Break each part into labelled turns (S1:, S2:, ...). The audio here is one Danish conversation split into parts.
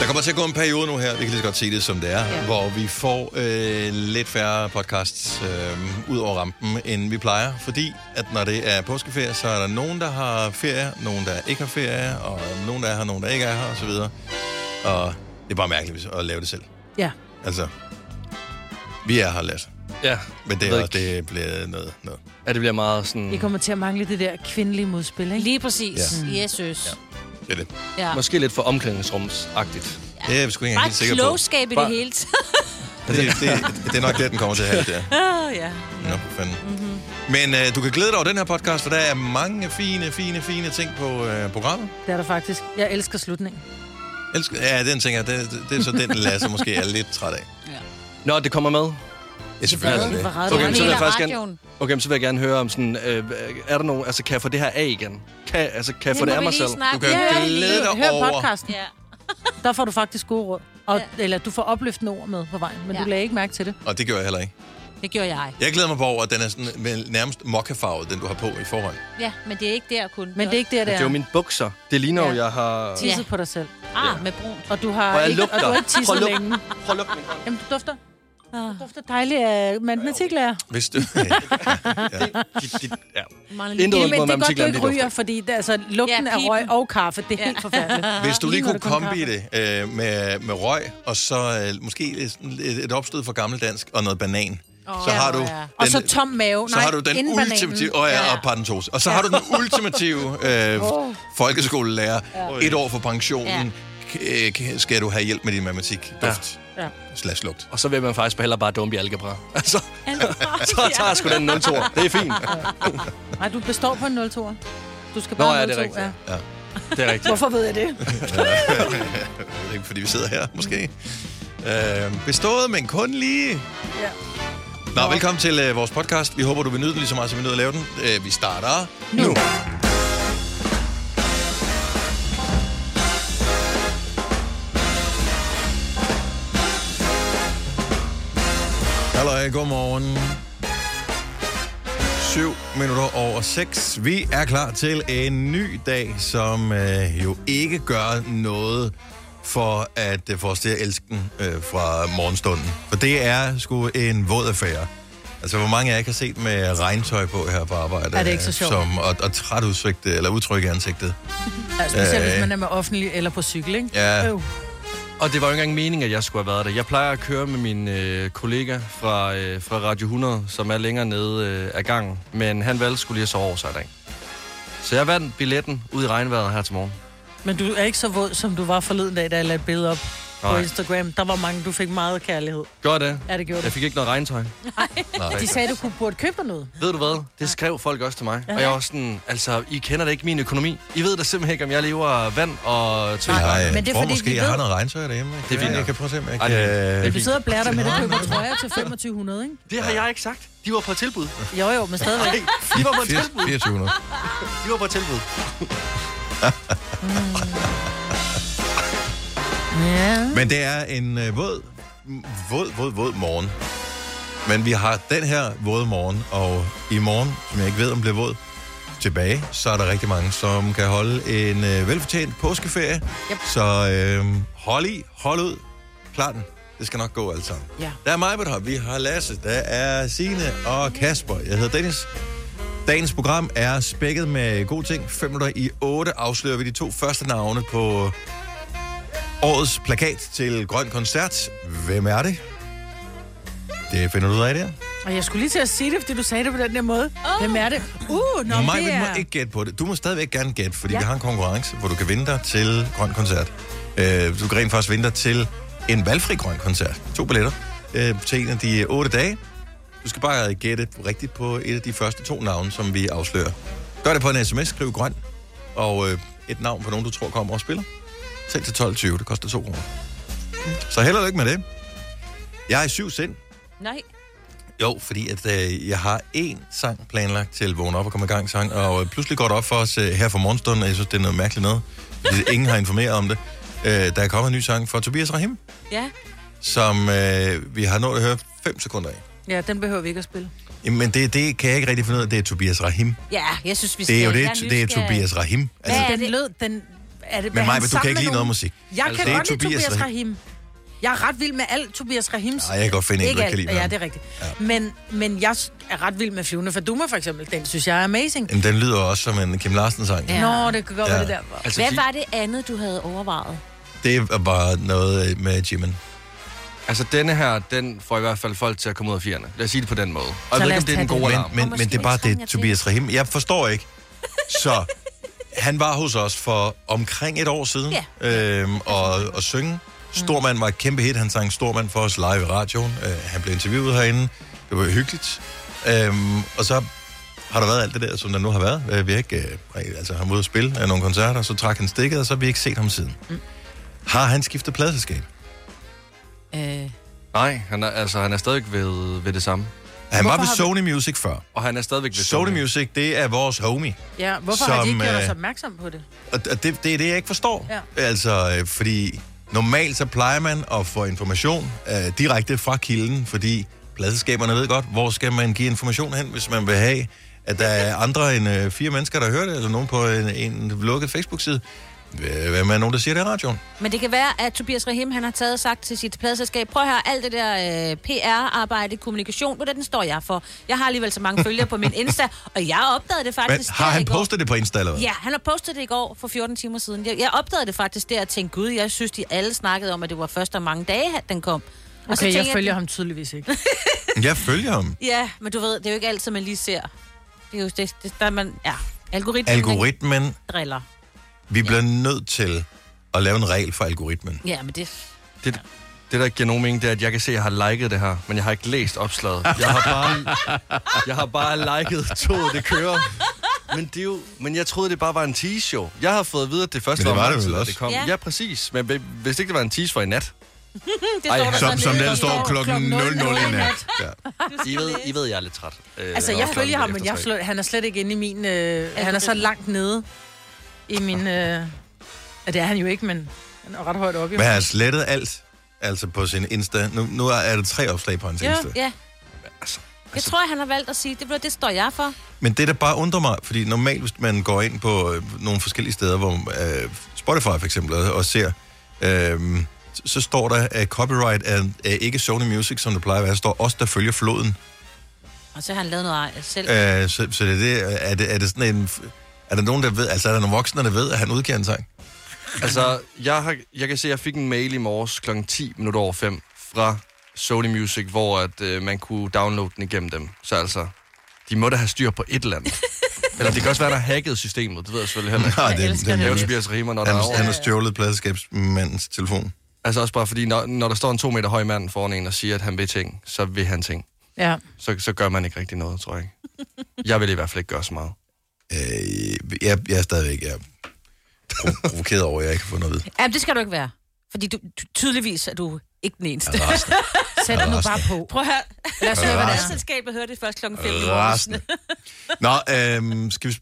S1: Der kommer til at gå en periode nu her, vi kan lige så godt sige det som det er, ja. hvor vi får øh, lidt færre podcasts øh, ud over rampen, end vi plejer. Fordi at når det er påskeferie, så er der nogen, der har ferie, nogen, der ikke har ferie, og nogen, der er her, nogen, der ikke er her, osv. Og det er bare mærkeligt at lave det selv.
S2: Ja.
S1: Altså, vi er her, Lasse.
S3: Ja.
S1: Men det,
S3: Jeg ved
S1: er, det bliver noget, noget.
S3: Ja, det bliver meget sådan...
S2: Vi kommer til at mangle det der kvindelige modspil, ikke?
S4: Lige præcis. Mm. Ja. Jesus.
S1: Det er det.
S4: Ja.
S3: Måske lidt for omklædningsrumsagtigt.
S1: Det er vi sgu ikke
S4: Bare
S1: helt sikker på.
S4: klogskab i det
S3: Bare-
S4: hele taget.
S1: Det, det, det er nok det, den kommer til at have det der.
S4: Åh, ja.
S1: Nå, for fanden. Mm-hmm. Men øh, du kan glæde dig over den her podcast, for der er mange fine, fine, fine ting på øh, programmet.
S2: Det er der faktisk. Jeg elsker slutningen.
S1: Elsker, ja, den tænker jeg, det, det, det er så den, Lasse måske er lidt træt af.
S3: Nå, det kommer med.
S1: Ja, selvfølgelig.
S2: Det
S1: Det.
S2: var ret
S3: Okay,
S4: Okay, så
S3: men så vil jeg
S4: er
S3: faktisk
S4: faktisk
S3: gerne, okay, men så vil jeg gerne høre om sådan, øh, er der nogen, altså kan jeg få det her af igen? Kan, altså, kan jeg få det af mig selv?
S1: Du kan ja, glæde dig
S2: Hør
S1: over...
S2: podcasten.
S4: Ja.
S2: Der får du faktisk gode råd. Og, ja. Eller du får opløftende ord med på vejen, men ja.
S4: Ja.
S2: du lagde ikke mærke til det.
S1: Og det gør jeg heller ikke.
S4: Det gjorde jeg.
S1: Jeg glæder mig bare over, at den er sådan, vel, nærmest mokkafarvet, den du har på i forhånd.
S4: Ja, men det er ikke der kun.
S2: Men det er ikke der, det
S3: Det er jo
S2: er.
S3: mine bukser. Det ligner jo,
S2: Ja.
S3: jeg har...
S2: Tisset
S4: Ja.
S2: på dig selv.
S4: Ah, med brunt.
S2: Og du har
S3: Prøv at
S2: ikke,
S3: lugte
S2: og du har
S3: dig.
S2: ikke
S3: Prøv
S2: tisset
S3: at lugte.
S2: længe.
S3: Prøv at lukke min hånd.
S2: Jamen, du dufter.
S4: Ah.
S2: Du dufter dejligt af matematiklærer.
S1: Hvis du...
S3: Dit- dit- Ja.
S4: Marlene.
S3: Intet
S2: Jamen,
S3: mod
S2: det er godt, du
S3: matematiklæren,
S2: ikke
S3: det dufter.
S2: ryger, fordi det, altså, lugten
S4: Ja,
S2: ja, af
S4: pipen.
S2: røg og kaffe, det er ja. helt forfærdeligt.
S1: Hvis du lige
S2: når
S1: kunne
S2: det kun
S1: kombi det øh, med, med røg, og så øh, måske et, et opstød fra gammeldansk og noget banan, oh, så har du...
S4: ja.
S2: Og
S1: den-
S2: så tom mave.
S1: så
S2: Nej,
S1: har du den
S2: inden bananen.
S1: ultimative... Åh oh, ja, og parentos. Og så har du den ultimative øh, folkeskolelærer. Et år for pensionen. K- øh, skal du have hjælp med din matematik? Duft.
S2: Ja. Ja.
S1: Slash lugt.
S3: Og så vil man faktisk hellere bare dumpe i algebra. Altså, så tager jeg sgu den 0 -toer. Det er fint.
S2: Nej, du består på en 0 -toer. Du skal
S3: Nå,
S2: bare
S3: ja,
S2: have
S3: det er
S2: 02,
S3: rigtigt.
S2: ja.
S3: Det er rigtigt.
S2: Hvorfor ved jeg det?
S1: Jeg ved ikke, fordi vi sidder her, måske. Øh, bestået, men kun lige.
S2: Ja.
S1: Nå, velkommen til øh, vores podcast. Vi håber, du vil nyde den lige så meget, som vi nød at lave den. Øh, vi starter nu. nu. Hallo, godmorgen. 7 minutter over 6. Vi er klar til en ny dag, som øh, jo ikke gør noget for at øh, få os til at elske den øh, fra morgenstunden. For det er sgu en våd affære. Altså, hvor mange af jer ikke har set med regntøj på her på arbejde.
S2: Er det ikke så
S1: øh,
S2: sjovt?
S1: Som, og, og træt udsigt, eller udtryk i ansigtet.
S2: Ja, specielt
S1: Øh.
S2: hvis man er med offentlig eller på cykel, ikke?
S1: Ja.
S2: Øv.
S3: Og det var jo ikke engang meningen, at jeg skulle have været der. Jeg plejer at køre med min øh, kollega fra, øh, fra Radio 100, som er længere nede øh, af gangen. Men han valgte skulle lige at sove over sig i dag. Så jeg vandt billetten ud i regnvejret her til morgen.
S2: Men du er ikke så våd, som du var forleden dag, da jeg lagde et billede op på
S3: Nej.
S2: Instagram. Der var mange, du fik meget kærlighed.
S3: Gør det.
S2: Ja, det gjorde
S3: Jeg
S2: du.
S3: fik ikke noget regntøj.
S1: Nej.
S2: De sagde, du kunne burde købe dig noget.
S3: Ved du hvad? Det skrev folk også til mig. Og jeg var sådan, altså, I kender da ikke min økonomi. I ved da simpelthen ikke, om jeg lever af vand og tøj.
S1: Nej, jeg
S2: men det er
S1: tror
S2: fordi,
S1: måske,
S2: vi
S1: jeg
S2: ved-
S1: har noget regntøj derhjemme. Det
S3: fint
S1: Jeg
S3: nok.
S1: kan prøve at se, om jeg
S3: Ej,
S1: kan...
S3: det er- det er
S2: Du
S3: fint.
S2: sidder og blærer dig med, at du køber trøjer til 2500, ikke?
S3: Det har jeg ikke sagt. De var på tilbud.
S2: Jo, jo, men stadigvæk.
S3: Hey, de var på tilbud.
S1: 2400.
S3: De var på tilbud.
S2: Ja.
S1: Men det er en øh, våd, m- våd, våd, våd morgen. Men vi har den her våde morgen, og i morgen, som jeg ikke ved, om bliver våd, tilbage, så er der rigtig mange, som kan holde en øh, velfortjent påskeferie. Yep. Så øh, hold i, hold ud, klar den. Det skal nok gå alt sammen.
S2: Ja.
S1: Der er mig på her, vi har Lasse, der er Sine og Kasper. Jeg hedder Dennis. Dagens program er spækket med gode ting. 5 minutter i 8 afslører vi de to første navne på årets plakat til Grøn Koncert. Hvem er det? Det finder du ud af der.
S2: Og jeg skulle lige til at sige det, fordi du sagde det på den der måde. Oh. Hvem er det? Uh, nå,
S1: Mig
S2: det er...
S1: må ikke gætte på det. Du må stadigvæk gerne gætte, fordi ja.
S2: Ja.
S1: vi har en konkurrence, hvor du kan vinde dig til Grøn Koncert. Øh, du kan rent faktisk vinde dig til en valgfri Grøn Koncert. To billetter øh, til en af de otte dage. Du skal bare gætte rigtigt på et af de første to navne, som vi afslører. Gør det på en sms, skriv grøn, og øh, et navn på nogen, du tror kommer og spiller. Send til 12.20, det koster 2 kroner. Så held og lykke med det. Jeg er i syv sind.
S4: Nej.
S1: Jo, fordi at, øh, jeg har én sang planlagt til Vågn op og komme i gang sang, og øh, pludselig går det op for os øh, her for morgenstunden, og jeg synes, det er noget mærkeligt noget. fordi ingen har informeret om det. Øh, der er kommet en ny sang fra Tobias Rahim,
S4: Ja.
S1: som øh, vi har nået at høre 5 sekunder af.
S2: Ja, den behøver vi ikke at spille.
S1: Men det, det kan jeg ikke rigtig finde ud af, det er Tobias Rahim.
S4: Ja, jeg synes, vi skal...
S1: Det er jo
S4: jeg
S1: det,
S4: synes,
S1: det er
S4: vi skal-
S1: Tobias Rahim. Altså,
S4: Ja,
S2: Den
S4: det-
S2: lød, den
S5: er det,
S1: Men
S5: er
S1: Maja,
S5: han
S1: du kan
S5: sammen
S1: ikke
S5: med
S1: lide noget
S5: nogen?
S1: musik.
S5: Jeg
S3: Altså,
S5: kan
S3: det er
S5: godt lide
S1: Tobias
S5: Tobias,
S1: Rahim.
S5: Rahim. Jeg er ret vild med alt Tobias Rahims.
S1: Nej, jeg kan godt finde en,
S5: ikke
S1: du ikke kan lide.
S5: alt, ja, det er rigtigt. Ja. Men, men jeg s- er ret vild med Flyvende Faduma, for eksempel. Den synes jeg er amazing.
S1: Men den lyder også som en Kim Larsen-sang.
S4: Ja.
S1: Ja.
S5: Nå, det kan godt
S1: Ja.
S5: ja. være det der. var.
S3: Altså,
S4: Hvad
S3: de-
S4: var det andet, du havde overvejet?
S1: Det var noget øh, med Jimin.
S3: Altså, denne her, den får i hvert fald folk til at komme ud af fjerne. Lad os sige det på den måde. Og jeg
S5: Så
S3: ved
S5: lad
S3: ikke,
S5: os
S3: om det er den
S5: tage den.
S3: gode
S1: Men,
S3: alarm.
S1: men,
S4: Og
S1: men det er
S4: måske
S1: bare
S4: trænger
S1: det, Tobias Rahim. Jeg forstår ikke. Så han var hos os for omkring et år siden øhm, og, og
S3: Mm.
S1: synge. Stormand var et kæmpe hit. Han sang Stormand for os live i radioen. Øh, han blev interviewet herinde. Det var hyggeligt. Øhm, og så har der været alt det der, som der nu har været. Øh, vi har ikke, øh, rigtig- altså, han var ude at spille af nogle koncerter, så trak han stikket, og så har vi ikke set ham siden.
S3: Mm.
S1: Har han skiftet pladselskab?
S4: Øh,
S3: Nej, han er, altså, han er stadigvæk ved, ved det samme.
S1: Han
S5: Hvorfor
S1: var ved
S5: har vi-
S1: Sony Music før.
S3: Og han er stadigvæk ved
S1: Sony Music, det er vores homie.
S5: Ja, hvorfor har de
S1: Som,
S5: ikke gjort os
S1: øh,
S5: opmærksom på det?
S1: Og og det, det er det, jeg ikke forstår.
S5: Ja.
S1: Altså, øh, fordi normalt så plejer man at få information øh, direkte fra kilden, fordi pladselskaberne ved godt, hvor skal man give information hen, hvis man vil have, at der er andre end øh, fire mennesker, der hører det, eller nogen på en, en lukket Facebook-side. Øh, Hvem er nogen, der siger det i radioen?
S4: men det kan være, at Tobias Rahim, han har taget og sagt til sit pladselskab, prøv at høre, alt det der øh, PR-arbejde, kommunikation, ved du, den står jeg for. Jeg har alligevel så mange følgere på min Insta, og jeg opdagede det
S1: Men,
S4: faktisk.
S1: har
S4: der
S1: han
S4: i går.
S1: postet det på Insta eller hvad?
S4: Ja, han har postet det i går for 14 timer siden. Jeg, jeg opdagede det faktisk der og tænkte, gud, jeg synes, de alle snakkede om, at det var først om mange dage, at den kom. Og
S2: Okay, jeg
S4: tænkte
S2: følger ham tydeligvis ikke.
S1: Altså, Jeg følger ham.
S4: Ja, men du ved, det er jo ikke altid, man lige ser. Det er jo det, det der er man, ja, algoritmen Algorit-
S1: Algoritmen,
S4: driller.
S1: vi bliver nødt til at lave en regel for algoritmen.
S4: Ja, men det,
S3: Det, det, der ikke giver nogen mening, det er, at jeg kan se, at jeg har liket det her, men jeg har ikke læst opslaget. Jeg har bare, jeg har bare liket toget, det kører. Men, det er jo, men jeg troede, det bare var en tease-show. Jeg har fået at vide, at det første
S1: Men det var
S3: om
S1: det
S3: lang tid,
S1: vel
S3: at
S1: også.
S3: Det kom.
S4: Ja.
S3: Ja. ja, præcis. Men hv- hvis ikke det var en tease for i nat,
S4: det
S3: Ej,
S4: der
S1: Som,
S4: sådan
S1: som
S4: lidt
S1: der
S4: i-
S1: står klokken 00 i nat. Ja.
S3: I ved, I ved, jeg er lidt træt. Øh,
S5: Altså,
S3: og
S5: jeg
S3: klokken
S5: følger
S3: er
S5: ham, men
S3: efter
S5: jeg
S3: tre.
S5: slet, han er slet ikke inde i min... Øh, han er så langt nede i min... Øh, ja, det er han jo ikke, men han er ret højt oppe. Jo.
S1: Men han har slettet alt, altså på sin Insta. Nu, nu er der tre opslag på hans
S5: Ja.
S1: Insta.
S4: Ja,
S3: Altså,
S4: det tror jeg, han har valgt at sige. Det, bliver- det står jeg for.
S1: Men det, der bare undrer mig, fordi normalt, hvis man går ind på øh, nogle forskellige steder, hvor øh, Spotify for eksempel, og og ser, øh, s- så står der, at copyright er, er ikke Sony Music, som det plejer at være. Der står også, der følger floden.
S4: Og så har han lavet noget ej- selv. Øh.
S1: Øh, så, så det er, det, er, det, er det sådan en... Er der nogen, der ved, altså er der nogle voksne, der ved, at han udgiver en sang?
S3: Altså, jeg, har, jeg kan se, at jeg fik en mail i morges kl. 10 minutter over 5 fra Sony Music, hvor at, øh, man kunne downloade den igennem dem. Så altså, de må da have styr på et eller andet. eller det kan også være, der er hacket systemet, det ved jeg selvfølgelig heller ikke.
S1: Nej, det,
S2: elsker
S1: det,
S2: det.
S3: Det er jo
S1: det,
S3: Tobias Riemer, når der er
S1: han, han
S3: over.
S1: har stjålet pladeskabsmandens telefon.
S3: Altså også bare fordi, når, når der står en to meter høj mand foran en og siger, at han vil ting, så vil han ting.
S5: Ja.
S3: Så, så gør man ikke rigtig noget, tror jeg ikke. Jeg vil i hvert fald ikke gøre så meget.
S1: Øh, jeg, jeg er stadigvæk jeg er prov- provokeret over, at jeg ikke har fået noget at vide.
S4: Jamen, det skal du ikke være. Fordi du, du, tydeligvis er du ikke den eneste.
S1: Jeg er rasende.
S5: Sæt dig nu bare på.
S4: Prøv at høre.
S5: Lad os høre, hvad det er.
S4: Selskabet hører det først klokken 5 i morges.
S1: Rasende. Nå, øhm, skal, vi,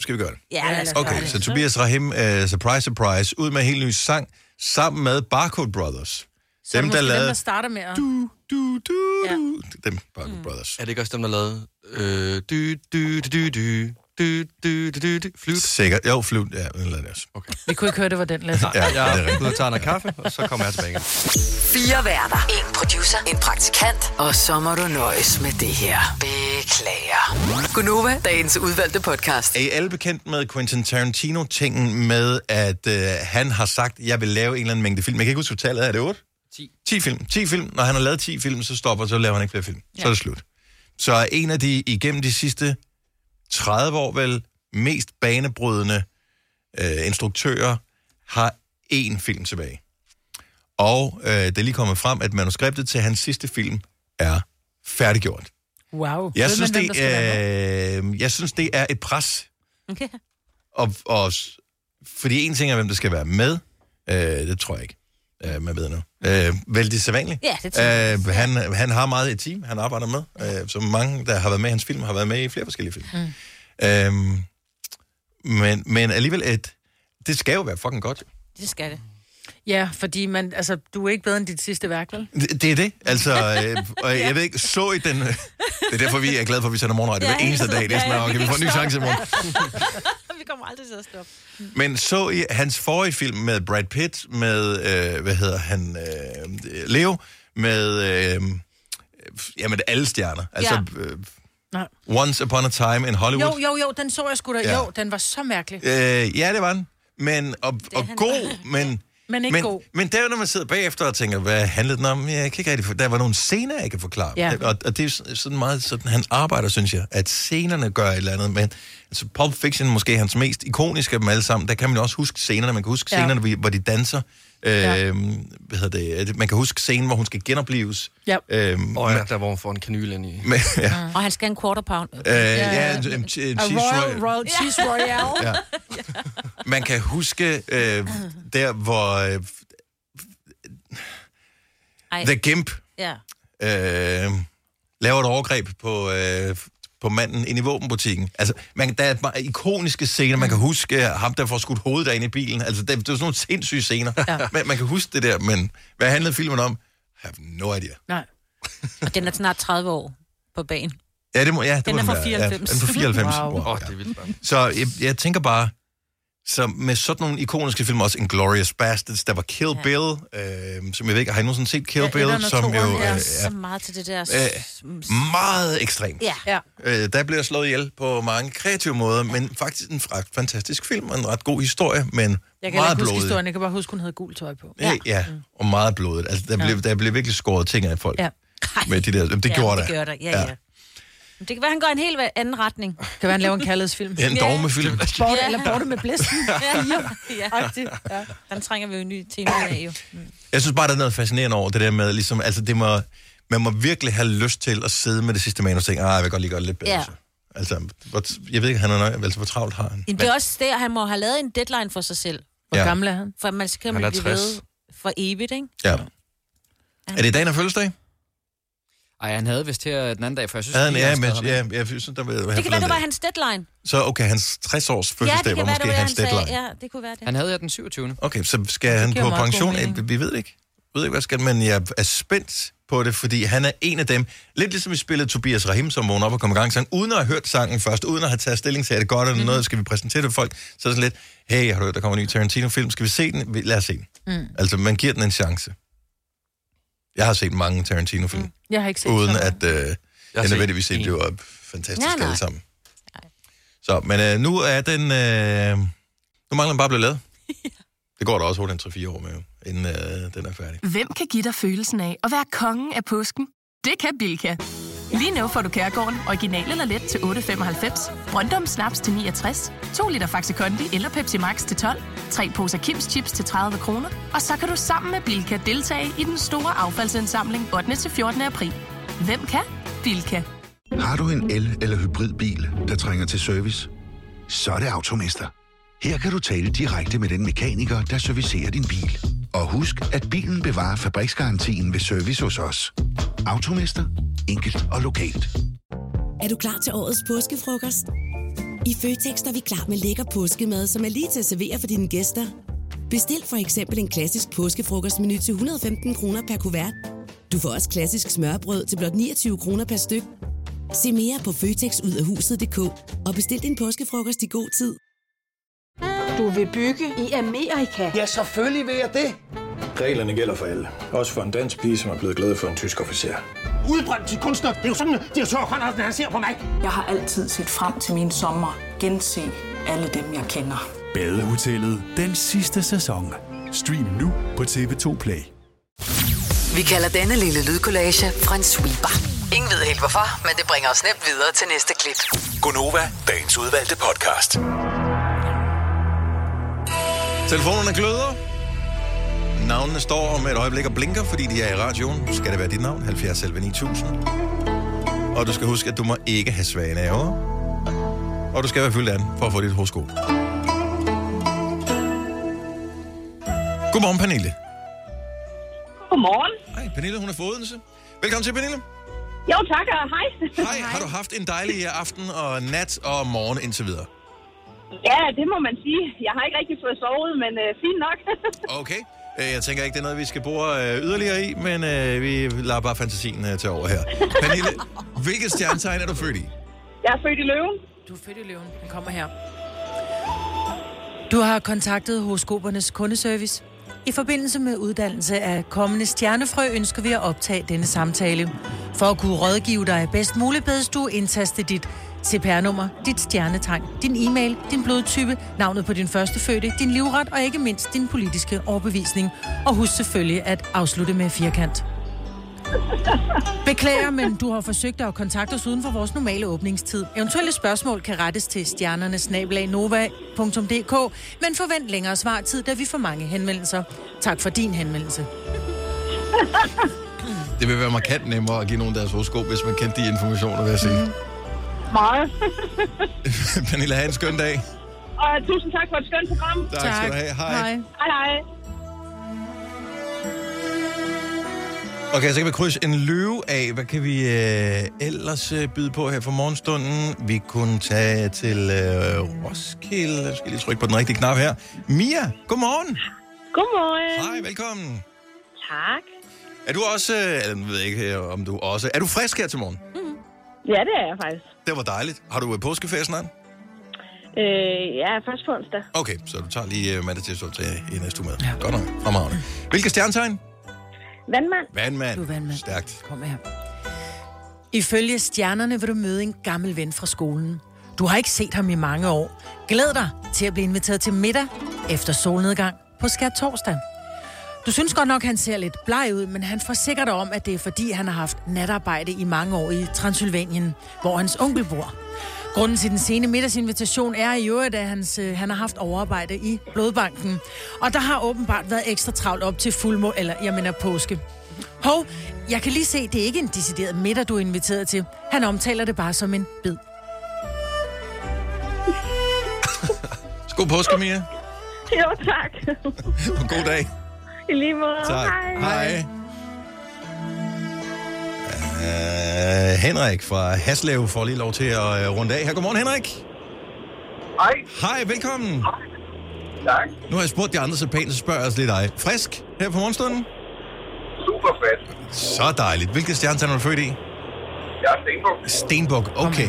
S1: skal vi gøre det?
S4: Ja, lad os gøre
S1: Okay,
S4: det.
S1: så Tobias Rahim, øh, surprise, surprise, ud med en helt ny sang, sammen med Barcode Brothers.
S5: Så er
S1: Dem,
S5: det
S1: der
S5: måske
S1: lavede...
S5: dem, der starter med at...
S1: Du, du, du,
S5: Ja.
S1: du. Dem, Barcode
S4: Mm.
S1: Brothers.
S3: Er det ikke også dem, der lavede... Øh, dy, dy, dy, dy, dy, dy, dy, dy, dy, flyt?
S1: Sikkert. Jo, flyv. Ja, den lavede det også. Okay.
S5: Vi kunne ikke høre, det var den, Lasse.
S1: Ja,
S3: Jeg
S1: ja, det er
S3: er
S1: rigtigt.
S3: ude og tager noget kaffe, og så kommer jeg tilbage igen.
S6: Fire værter. En producer. En praktikant. Og så må du nøjes med det her. Beklager. Gunova, dagens udvalgte podcast.
S1: Er I alle bekendt med Quentin Tarantino-tingen med, at øh, han har sagt, jeg vil lave en eller anden mængde film? Jeg kan ikke huske, hvad tallet er. Er det 8?
S3: 10.
S1: 10 film. 10 film. Når han har lavet 10 film, så stopper, så laver han ikke flere film. Ja. Så er det slut. Så en af de igennem de sidste 30 år vel mest banebrydende øh, instruktører har én film tilbage. Og øh, det er lige kommet frem, at manuskriptet til hans sidste film er færdiggjort.
S5: Wow.
S1: Jeg
S5: Ved
S1: synes,
S5: man, hvem
S1: det,
S5: der skal være med?
S1: øh, jeg synes, det er et pres.
S4: Okay.
S1: Og, og, s- fordi en ting er, hvem der skal være med. Øh, det tror jeg ikke, øh, man ved nu. Øh, vældig sædvanligt.
S4: Ja, det tror jeg.
S1: Øh, han, han har meget et team, han arbejder med. Øh, som mange, der har været med i hans film, har været med i flere forskellige film. Mm. Øhm, men, men alligevel, et, det skal jo være fucking godt.
S4: Det skal det.
S5: Ja, fordi man, altså, du er ikke bedre end dit sidste værk, vel?
S1: Det, det er det. Altså, øh, og jeg ved ikke, så i den... Det er derfor, vi er glade for, at vi sender morgenradio ja,
S4: Ja,
S1: hver eneste
S4: hele
S1: dag. Det er
S4: tiden. Ja,
S1: sådan,
S4: ja,
S1: okay,
S4: vi
S1: vi
S4: kan
S1: får en ny
S4: ikke
S1: chance i morgen.
S4: vi kommer aldrig til at stoppe.
S1: Men så i hans forrige film med Brad Pitt, med, øh, hvad hedder han, øh, Leo, med, øh, jamen alle stjerner. Altså,
S2: Ja.
S1: øh,
S5: Nej.
S1: Once Upon a Time in Hollywood.
S5: Jo, jo, jo, den så jeg sgu da.
S1: Ja.
S5: Ja. Jo, den var så mærkelig.
S1: Øh, ja, det var den. Men, og, og god, men...
S5: Men ikke
S1: men,
S5: god.
S1: Men der, når man sidder bagefter og tænker, hvad handlede den om? Jeg kan ikke rigtig for... Der var nogle scener, jeg kan forklare.
S5: Ja.
S1: Og, og det er sådan- sådan meget, sådan han arbejder, synes jeg. At scenerne gør et eller andet. Men altså, Pulp Fiction er måske hans mest ikoniske af dem alle sammen. Der kan man også huske scenerne. Man kan huske
S5: Ja.
S1: scenerne, hvor- hvor de danser. Øh, hvad hedder det? Man kan huske scenen, hvor hun skal genopleves.
S5: Ja. Ah.
S1: Øh,
S3: Åh oh, ja, der hvor hun får en kanyle ind i.
S1: men, ja.
S4: Og han skal have en quarter pound.
S1: Øh, ja, en, en, en cheese
S5: A Royal,
S1: roll.
S5: Royal Cheese Royale.
S1: Ja. Man kan huske øh, der, hvor øh,
S4: Ej,
S1: The Gimp
S4: ja.
S1: øh, laver et overgreb på, øh, på manden inde i våbenbutikken. Altså, man, der er bare ikoniske scener. Man kan huske øh, ham, der får skudt hovedet derinde i bilen. Altså, det, det er sådan nogle sindssyge scener. Ja. Man, man kan huske det der, men hvad handlede filmen om? I have no idea.
S5: Nej.
S4: Og den er snart 30 år på banen.
S1: Ja, det må, ja, det
S4: Den
S1: må
S4: er fra
S1: være.
S4: 94.
S1: Ja, den er fra 94.
S5: Wow.
S1: Wow,
S3: Åh, oh,
S1: ja.
S3: det er vildt. mand.
S1: Så jeg, jeg tænker bare, så med sådan nogle ikoniske film, også Inglourious Bastards, der var Kill
S4: Ja.
S1: Bill, øh, som jeg ved ikke, har I nogensinde set Kill
S5: Ja,
S1: Bill?
S5: etteren og
S1: Som jo
S5: toeren, ja.
S1: øh,
S4: Jeg er
S1: er
S4: så meget til det der...
S1: Øh.
S4: s-
S1: meget ekstrem.
S4: Ja.
S5: Ja.
S1: Øh, der bliver slået ihjel på mange kreative måder, men faktisk en ret fantastisk film og en ret god historie, men
S5: Jeg kan heller
S1: meget
S5: ikke huske
S1: blodig.
S5: historien. Jeg kan bare huske, hun havde gul tøj på.
S1: Ja, ja,
S4: Mm.
S1: og meget blodet. Altså, der, blev, der blev virkelig skåret ting af folk.
S5: Ja.
S1: Med de der, Jamen, det
S4: ja,
S1: gjorde
S4: det
S1: der.
S4: gjorde der. Ja, ja. ja. Men Det kan være, han går en helt anden retning.
S5: Kan være, han laver en kærlighedsfilm.
S1: En dogmefilm.
S5: Borte,
S4: Ja.
S5: Eller borte med blæsten.
S4: ja.
S5: Agtigt, ja.
S4: Den trænger vi jo en ny tema af, jo.
S1: Jeg synes bare, der er noget fascinerende over det der med, ligesom, altså det må, man må virkelig have lyst til at sidde med det sidste manus og tænke, ah, jeg vil godt lige gøre det lidt bedre.
S4: Mm. Ja.
S1: Ja. Altså, hvor, jeg ved ikke, han er nøj, altså, hvor travlt har han?
S4: Men det er også der, han må have lavet en deadline for sig selv.
S5: Hvor
S1: Ja.
S5: gammel er han?
S4: For man kan
S3: Han
S4: man
S3: er
S4: blive
S3: 60.
S4: ved for evigt, ikke?
S1: Ja. Er det i dag, han har fødselsdag?
S7: Ej, han havde vist her den anden dag, for jeg synes,
S1: Havde han,
S7: lige,
S1: ja,
S7: skrev ham
S1: men,
S7: ind.
S1: ja, jeg synes, der vil
S4: Det kan være, det var hans deadline.
S1: Så okay, hans 60-års
S4: Ja,
S1: fødselsdag
S4: det
S1: var
S4: kan være,
S1: måske
S4: det var det,
S1: hans
S4: han sagde.
S1: deadline.
S4: Ja, det kunne være det.
S7: Han havde her den 27.
S1: Okay, så skal han
S5: giver
S1: på
S5: meget god
S1: pension?
S5: mening.
S1: Eh, Vi ved ikke. Vi ved ikke, hvad skal, men jeg er spændt på det, fordi han er en af dem. Lidt ligesom vi spillede Tobias Rahim, som vågnede op og kom i gang sang, uden at have hørt sangen først, uden at have taget stilling til, er det godt eller
S4: Mhm.
S1: noget, skal vi præsentere det for folk? Så er det sådan lidt, hey, har du hørt, der kommer en ny Tarantino-film, skal vi se den? Vi- Lad os se den. Mm. Altså, man giver den en chance. Jeg har set mange Tarantino-film, mm.
S5: Jeg har ikke set
S1: uden
S5: sådan
S1: at øh, jeg
S3: set
S1: nødvendigvis set,
S3: en.
S1: det var fantastisk
S4: Nej, nej.
S1: alle sammen. Så, men øh, nu er den... Øh, nu mangler den bare at blive lavet. Det går da også hurtigt en 3-4 år med, jo, inden øh, den er færdig.
S8: Hvem kan give dig følelsen af at være kongen af påsken? Det kan Bilka. Lige nu får du Kærgården original eller let til 8.95, Brøndum Snaps til 69, 2 liter Faxi Kondi eller Pepsi Max til 12, 3 poser Kims Chips til 30 kroner, og så kan du sammen med Bilka deltage i den store affaldsindsamling 8. til 14. april. Hvem kan? Bilka.
S9: Har du en el- eller hybridbil, der trænger til service? Så er det Automester. Her kan du tale direkte med den mekaniker, der servicerer din bil. Og husk, at bilen bevarer fabriksgarantien ved service hos os. Automester. Enkelt og lokalt.
S10: Er du klar til årets påskefrokost? I Føtex er vi klar med lækker påskemad, som er lige til at servere for dine gæster. Bestil for eksempel en klassisk påskefrokostmenu til 115 kroner per kuvert. Du får også klassisk smørbrød til blot 29 kroner per styk. Se mere på føtexudafhuset.dk og bestil din påskefrokost i god tid.
S8: Du vil bygge i Amerika?
S11: Ja, selvfølgelig vil jeg det. Reglerne gælder for alle. Også for en dansk pige, som er blevet glad for en tysk officer. Udbrændt til kunstner. Det er jo sådan, at direktør Conradsen, han ser på mig.
S8: Jeg har altid set frem til min sommer. Gense alle dem, jeg kender.
S11: Badehotellet. Den sidste sæson. Stream nu på TV2 Play.
S6: Vi kalder denne lille lydkollage en sweeper. Ingen ved helt hvorfor, men det bringer os nemt videre til næste klip.
S11: Gonova, dagens udvalgte podcast.
S1: Telefonerne gløder. Navnene står om et øjeblik og blinker, fordi de er i radioen. Skal det være dit navn? 70 selv 9000. Og du skal huske, at du må ikke have svage naver. Og du skal være fyldt an for at få dit horoskop. Godmorgen, Pernille.
S8: Godmorgen.
S1: Hej, Pernille, hun er fra Odense. Velkommen til, Pernille.
S8: Jo, tak og hej.
S1: Hej, har du haft en dejlig aften og nat og morgen indtil videre?
S8: Ja, det må man sige. Jeg har ikke rigtig fået sovet, men øh, fint nok.
S1: Okay. Øh, Jeg tænker ikke, det er noget, vi skal bruge øh, yderligere i, men øh, vi lader bare fantasien øh, tage over her. Pernille, hvilket stjernetegn er du født i?
S8: jeg er født i løven.
S5: Du er født i løven. Han kommer her.
S2: Du har kontaktet horoskopernes kundeservice. I forbindelse med uddannelse af kommende stjernefrø ønsker vi at optage denne samtale. For at kunne rådgive dig bedst muligt, bedes du indtaste dit CPR-nummer, dit stjernetegn, din e-mail, din blodtype, navnet på din førstefødte, din livret og ikke mindst din politiske overbevisning. Og husk selvfølgelig at afslutte med firkant. Beklager, men du har forsøgt at kontakte os uden for vores normale åbningstid. Eventuelle spørgsmål kan rettes til stjernernesnabelanova.dk, men forvent længere svartid, da vi får mange henvendelser. Tak for din henvendelse.
S1: Det vil være markant nemmere at give nogen deres horoskop, hvis man kendte de informationer, vil jeg sige.
S12: Meget.
S1: Pernille, have en skøn dag.
S12: Og tusind tak for et skønt program.
S1: Tak skal Tak. du have. Hej. Hej.
S12: Hej, hej.
S1: Okay, så kan vi krydse en løve af. Hvad kan vi øh, ellers øh, byde på her for morgenstunden? Vi kunne tage til øh, Roskilde. Jeg skal lige trykke på den rigtige knap her. Mia, godmorgen.
S12: Godmorgen.
S1: Hej, velkommen.
S12: Tak.
S1: Er du også, øh, eller nu ved jeg ikke øh, om du også, er du frisk her til morgen?
S12: Ja, det er jeg faktisk.
S1: Det var dejligt. Har du øh, påskeferie snart?
S12: Øh, ja, først på onsdag.
S1: Okay, så du tager lige øh, mandag til så til i næste uge med. Ja. Godt nok. Fremragende. Hvilke stjernetegn?
S12: Vandmand.
S1: Vandmand.
S2: Du er vandmand.
S1: Stærkt.
S2: Kom her. Ifølge stjernerne vil du møde en gammel ven fra skolen. Du har ikke set ham i mange år. Glæd dig til at blive inviteret til middag efter solnedgang på skær torsdag. Du synes godt nok, han ser lidt bleg ud, men han forsikrer dig om, at det er fordi, han har haft natarbejde i mange år i Transylvanien, hvor hans onkel bor. Grunden til den sene middagsinvitation er i øvrigt, at hans, øh, han har haft overarbejde i blodbanken. Og der har åbenbart været ekstra travlt op til fuldmål, eller jeg mener påske. Hov, jeg kan lige se, det er ikke en decideret middag, du er inviteret til. Han omtaler det bare som en bid.
S1: God påske, Mia.
S12: Jo, tak.
S1: Og god dag.
S12: I lige måde.
S1: Tak.
S12: Hej.
S1: Hej. Uh, Henrik fra Haslev får lige lov til at uh, runde af her. Godmorgen, Henrik.
S13: Hej.
S1: Hej, velkommen. Hej.
S13: Tak.
S1: Nu har jeg spurgt de andre så pænt, så spørger jeg også lige dig. Frisk her på morgenstunden?
S13: Super fedt.
S1: Så dejligt. Hvilket stjernetegn er du født i?
S13: Jeg er Stenbuk.
S1: Stenbuk, okay.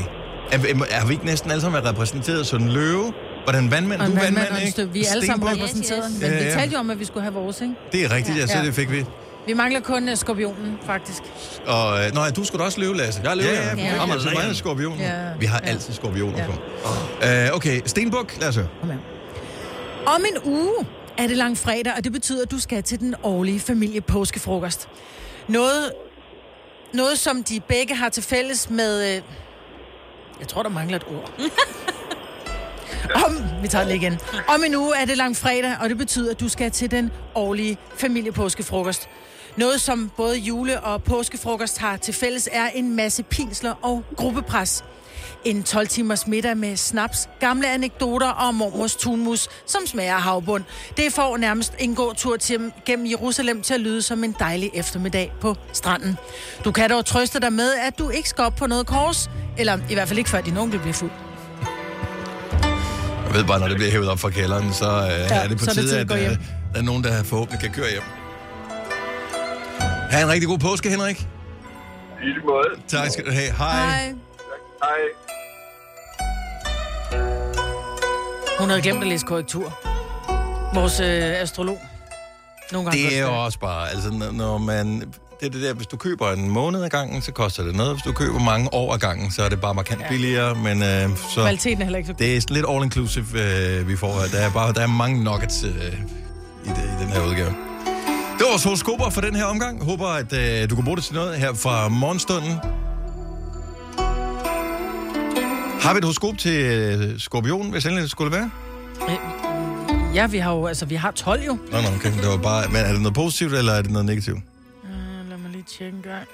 S1: Er, er, er vi ikke næsten alle sammen været repræsenteret som løve? Hvordan vandmand?
S2: Og en
S1: Du er
S2: vandmand
S1: vandmand,
S2: og en
S1: ikke?
S2: støv. Vi er alle sammen
S1: Stenbuk.
S2: repræsenteret.
S1: Ja,
S2: Men vi
S1: ja.
S2: talte jo om, at vi skulle have vores, ikke?
S1: Det er rigtigt, ja. Så
S2: Ja.
S1: det fik vi.
S2: Vi mangler kun øh, skorpionen, faktisk.
S1: Og, øh, nå, ja, du skulle da også løve, Lasse. Jeg er
S3: løve,
S1: Ja, altså, ja,
S3: ja.
S1: ja.
S3: Kom
S1: ja.
S3: og
S1: Så
S3: lad.
S1: meget er skorpioner.
S2: Ja.
S1: Ja. Vi har altid skorpioner ja. på. Uh, okay, Stenbuk, lad os høre.
S2: Om en uge er det lang fredag, og det betyder, at du skal til den årlige familiepåskefrokost. Noget, noget som de begge har til fælles med... Øh, jeg tror, der mangler et ord. Om, vi tager det lige igen. Om en uge er det lang fredag, og det betyder, at du skal til den årlige familiepåskefrokost. Noget, som både jule- og påskefrokost har til fælles, er en masse pinsler og gruppepres. En 12-timers middag med snaps, gamle anekdoter og mormors tunmus, som smager af havbund. Det får nærmest en god tur til, gennem Jerusalem til at lyde som en dejlig eftermiddag på stranden. Du kan dog trøste dig med, at du ikke skal op på noget kors, eller i hvert fald ikke før din onkel bliver fuld.
S1: Jeg ved bare, når det bliver hævet op fra kælderen, så uh, ja, er det på
S2: så er det tid
S1: tide,
S2: at
S1: at
S2: gå hjem.
S1: uh, der er nogen, der forhåbentlig kan køre hjem. Ha' en rigtig god påske, Henrik.
S13: I lige måde.
S1: Tak skal du have. Hej.
S13: Hej.
S2: Hun havde glemt at læse korrektur. Vores øh, astrolog. Nogle gange
S1: Det er
S2: godt
S1: jo også bare, altså når- når man... Det er det der, hvis du køber en måned ad gangen, så koster det noget. Hvis du køber mange år ad gangen, så er det bare markant billigere, men øh, så...
S2: Kvaliteten er heller ikke så
S1: Det er sådan lidt all-inclusive, øh, vi får her. Der er, bare, der er mange nuggets øh, i, det, i den her udgave. Det var vores horoskoper for den her omgang. Håber, at øh, du kan bruge det til noget her fra morgenstunden. Har vi et horoskop til øh, skorpion, hvis endelig det skulle være?
S2: være. Ja, vi har jo, altså vi har 12 jo.
S1: Nå, nå, okay. Det var bare, men er det noget positivt, eller er det noget negativt?
S2: Lad mig lige tjekke en gang.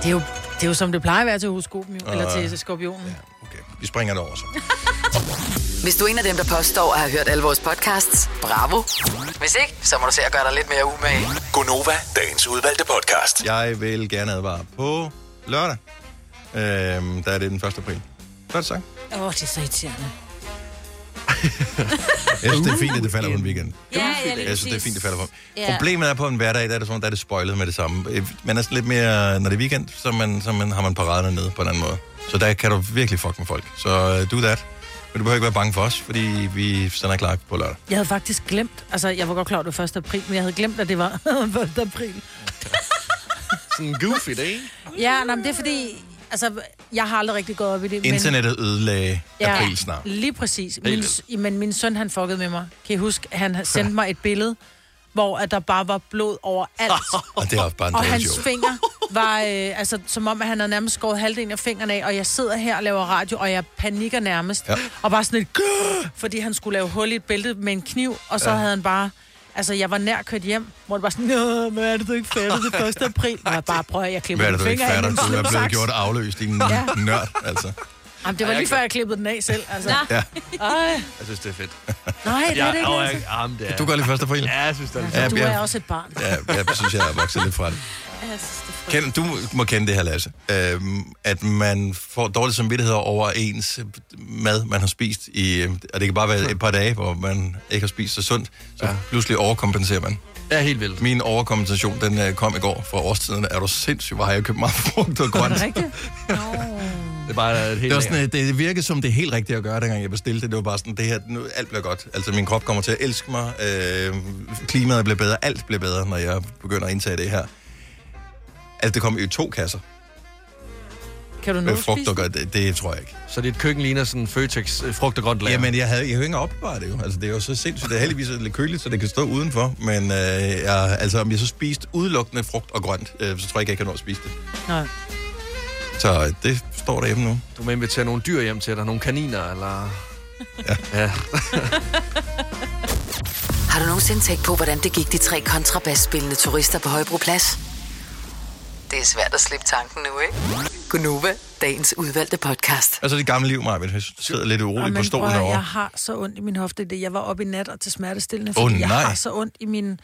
S2: det, er jo, det er jo som det plejer at være til horoskopen, jo. Eller
S1: Øh,
S2: til skorpionen. Ja.
S1: Vi springer det over så.
S6: Hvis du er en af dem, der påstår at have hørt alle vores podcasts, bravo. Hvis ikke, så må du se at gøre dig lidt mere umage.
S14: Gonova, dagens udvalgte podcast.
S1: Jeg vil gerne advare på lørdag. Øhm, der er det den 1. april. Godt sagt.
S4: Åh, oh, det er så irriterende.
S1: Jeg synes, det er fint, at det falder på en weekend.
S4: Ja, ja, lige
S1: Jeg synes, det er fint, det falder på.
S4: Ja.
S1: Problemet er på en hverdag, der er det sådan, der er det spoilet med det samme. Øh, Man er sådan lidt mere, når det er weekend, så, er man, så man, har man paraderne nede på en anden måde. Så der kan du virkelig fuck med folk. Så øh, do that. Men du behøver ikke være bange for os, fordi vi sender klar på lørdag.
S2: Jeg havde faktisk glemt, altså jeg var godt klar, at det var 1. april, men jeg havde glemt, at det var 1. april.
S3: Sådan en goofy dag.
S2: Ja, nej, men det er fordi, altså jeg har aldrig rigtig gået op i det. men-
S1: Internettet ødelagde april snart.
S2: Lige præcis. Min,
S1: Helt
S2: s- men min søn, han fuckede med mig. Kan I huske, han sendte mig et billede, hvor at der bare var blod over alt.
S1: Og det er også bare en
S2: og
S1: dårlig
S2: hans
S1: joke.
S2: fingre var, øh, altså som om, at han havde nærmest skåret halvdelen af fingrene af, og jeg sidder her og laver radio, og jeg panikker nærmest.
S1: Ja.
S2: Og bare sådan et, "Gah!" fordi han skulle lave hul i et bælte med en kniv, og så
S1: Ja.
S2: ja. havde han bare... Altså, jeg var nær kørt hjem, hvor det var sådan, Nå, hvad er det, du ikke fatter det er 1. april? Og jeg bare prøver, jeg klipper
S1: Hvad er det,
S2: mine
S1: du ikke
S2: fingre af
S1: fatter?
S2: min
S1: Du er blevet
S2: slipsaks."
S1: gjort afløst, din
S2: Ja.
S1: nørd, altså.
S2: Jamen, det var
S3: Ej,
S2: lige
S3: jeg
S2: før, jeg klippede den af selv. Altså.
S1: Ja.
S2: Ej.
S3: Jeg synes, det er fedt.
S2: Nej, det er det ikke,
S3: Jeg,
S2: altså.
S3: jeg, jamen, det er.
S1: Du gør lige 1. april?
S3: Ja, jeg synes, det er lidt
S2: Ja,
S1: Ja,
S2: du
S1: ja.
S2: er også et barn.
S1: Ja, jeg synes, jeg er vokset lidt fra det.
S2: Jeg synes, det er
S1: Kend, du må kende det her, Lasse. Øhm, at man får dårlig samvittighed over ens øh, mad, man har spist. I, øh, og det kan bare være et par dage, hvor man ikke har spist så sundt. Så ja. pludselig overkompenserer man.
S3: Ja, helt vildt.
S1: Min overkompensation, den øh, kom i går fra årstiden. Er du sindssyg? Hvor har jeg købt meget frugt og grønt?
S3: Det er bare et helt
S1: Det, var sådan, øh, det virkede som det helt rigtige at gøre, dengang jeg bestilte det. Det var bare sådan, det her, nu, alt bliver godt. Altså, min krop kommer til at elske mig. Øh, klimaet bliver bedre. Alt bliver bedre, når jeg begynder at indtage det her. Altså, det kom i to kasser.
S2: Kan du
S1: Med frugt og grønt, det, det, tror jeg ikke.
S3: Så dit køkken ligner sådan en Føtex øh, frugt- og grønt lager.
S1: Jamen, jeg havde jeg havde ikke opbevaret det jo. Altså, det er jo så sindssygt. Det er heldigvis lidt køligt, så det kan stå udenfor. Men øh, jeg, altså, om jeg så spiste udelukkende frugt og grønt, øh, så tror jeg ikke, jeg kan nå at spise det.
S2: Nej.
S1: Så øh, det står derhjemme nu.
S3: Du må invitere nogle dyr hjem til dig, nogle kaniner, eller... Ja. ja.
S6: Har du nogensinde tænkt på, hvordan det gik de tre kontrabasspillende turister på Højbroplads? Det er svært at slippe tanken nu, ikke? Gunova, dagens udvalgte podcast.
S1: Altså, det gamle liv, Marvind, jeg sidder lidt
S2: Og
S1: urolig
S2: man
S1: på stolen
S2: prøver,
S1: herovre.
S2: Jeg har så ondt i min hofte. Det, jeg var oppe i nat og til smertestillende,
S1: Åh,
S2: fordi jeg
S1: nej.
S2: har så ondt i min,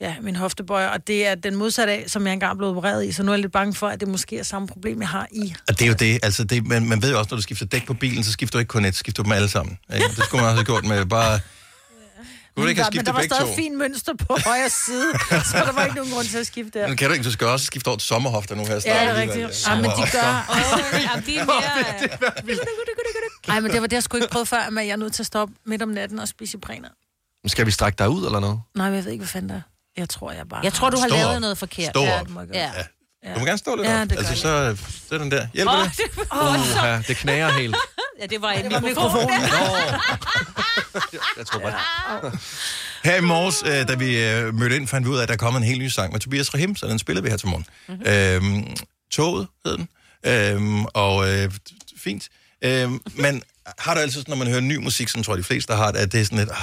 S2: ja, min hoftebøjer. Og det er den modsatte af, som jeg engang blev opereret i. Så nu er jeg lidt bange for, at det måske er samme problem, jeg har i.
S1: Og det er jo det, altså det, man, man ved jo også, når du skifter dæk på bilen, så skifter du ikke kun et, så skifter du dem alle sammen. Ikke? Det skulle man også have gjort med bare... Kunne du ikke
S2: der,
S1: have
S2: men
S1: skiftet
S2: der var
S1: begge
S2: stadig
S1: to?
S2: fint mønster på højre side, så der var ikke nogen grund til at skifte der.
S1: Men kan du ikke, du skal også skifte over til sommerhofter nu her.
S2: Ja, det er rigtigt. Ja, men de gør...
S4: Ja, de er mere...
S2: Nej, men det var det, jeg skulle ikke prøve før, men jeg er nødt til at stoppe midt om natten og spise bræner.
S3: Skal vi strække dig ud, eller noget?
S2: Nej, men jeg ved ikke, hvad fanden der er. Jeg tror, jeg bare...
S4: Jeg tror, du har
S1: Stå
S4: lavet
S1: op.
S4: noget forkert.
S1: Stå op.
S4: Ja. ja.
S1: Du må gerne stå lidt
S2: Ja,
S1: op.
S2: det gør
S1: Altså, så, så er den der. Hjælper
S4: Åh,
S1: det?
S4: det var
S3: Uh,
S4: voldsomt.
S3: ja, det knager helt.
S4: Ja, det var en
S2: var
S4: mikrofon.
S3: Jeg tror bare, det.
S1: Her i morges, øh, da vi øh, mødte ind, fandt vi ud af, at der kom en helt ny sang med Tobias Rahim, så den spillede vi her til morgen. Mm-hmm. Øhm, Toget hed den, øhm, og øh, f- fint. Øhm, men har du altid, sådan, når man hører ny musik, som tror jeg de fleste har det, at det er sådan lidt, ah,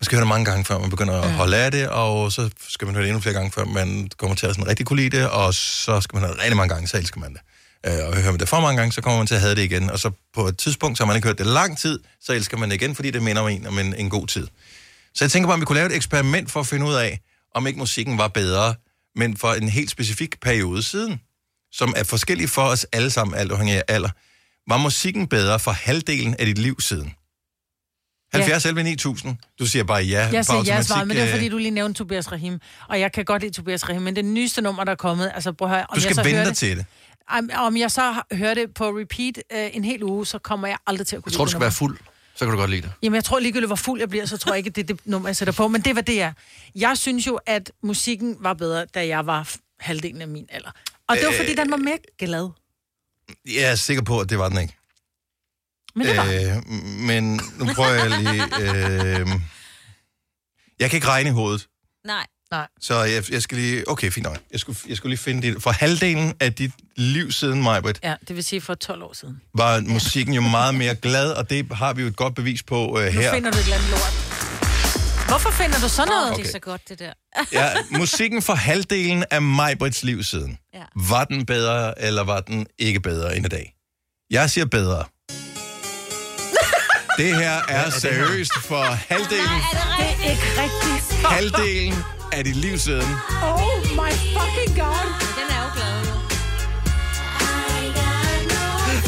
S1: man skal høre det mange gange, før man begynder at holde af det, og så skal man høre det endnu flere gange, før man kommer til at sådan rigtig kunne lide det, og så skal man høre det rigtig mange gange, så elsker man det. Øh, og hører man det for mange gange, så kommer man til at have det igen, og så på et tidspunkt, så har man ikke hørt det lang tid, så elsker man det igen, fordi det minder om en om en, en god tid. Så jeg tænker bare, om vi kunne lave et eksperiment for at finde ud af, om ikke musikken var bedre, men for en helt specifik periode siden, som er forskellig for os alle sammen, alt afhængig af alder. Var musikken bedre for halvdelen af dit liv siden? 70 11 9000. Du siger bare ja.
S2: Jeg
S1: bare
S2: siger ja,
S1: automatik,
S2: svaret, men det er
S1: øh,
S2: fordi, du lige nævnte Tobias Rahim. Og jeg kan godt lide Tobias Rahim, men det nyeste nummer, der er kommet, altså prøv at høre, om
S1: du
S2: jeg så
S1: skal
S2: hører
S1: vente dig
S2: det,
S1: til det.
S2: Om, om jeg så har- hører det på repeat øh, en hel uge, så kommer jeg aldrig til at kunne
S3: Jeg tror, du
S2: lide
S3: skal
S2: det
S3: være fuld. Så kan du godt lide det.
S2: nummer. Jamen, jeg tror ligegyldigt, hvor fuld jeg bliver, så tror jeg ikke, at det er det nummer, jeg sætter på. Men det var det, er. Jeg synes jo, at musikken var bedre, da jeg var f- halvdelen af min alder. Og det var, fordi
S1: Øh.
S2: den var mere glad.
S1: Jeg er sikker på, at det var den ikke.
S2: Men det var den.
S1: øh, men nu prøver jeg lige... Øh, jeg kan ikke regne i hovedet.
S4: Nej.
S2: Nej.
S1: Så jeg, jeg skal lige... Okay, fint nok. Jeg skulle, jeg skulle lige finde det. For halvdelen af dit liv siden, Majbert,
S2: Ja, det vil sige for 12 år siden.
S1: var musikken jo meget mere glad, og det har vi jo et godt bevis på øh,
S2: Nu
S1: her.
S2: finder du et eller andet lort. Hvorfor finder du sådan noget?
S1: Åh,
S2: Okay.
S1: det er så
S4: godt, det der.
S1: Ja, musikken for halvdelen af Majbrits liv siden.
S4: Ja.
S1: Var den bedre, eller var den ikke bedre end i dag? Jeg siger bedre. Det her er seriøst for
S2: Det
S1: halvdelen,
S2: er ikke rigtigt.
S1: halvdelen af dit liv siden.
S2: Oh my fucking god.
S4: Den er jo glad.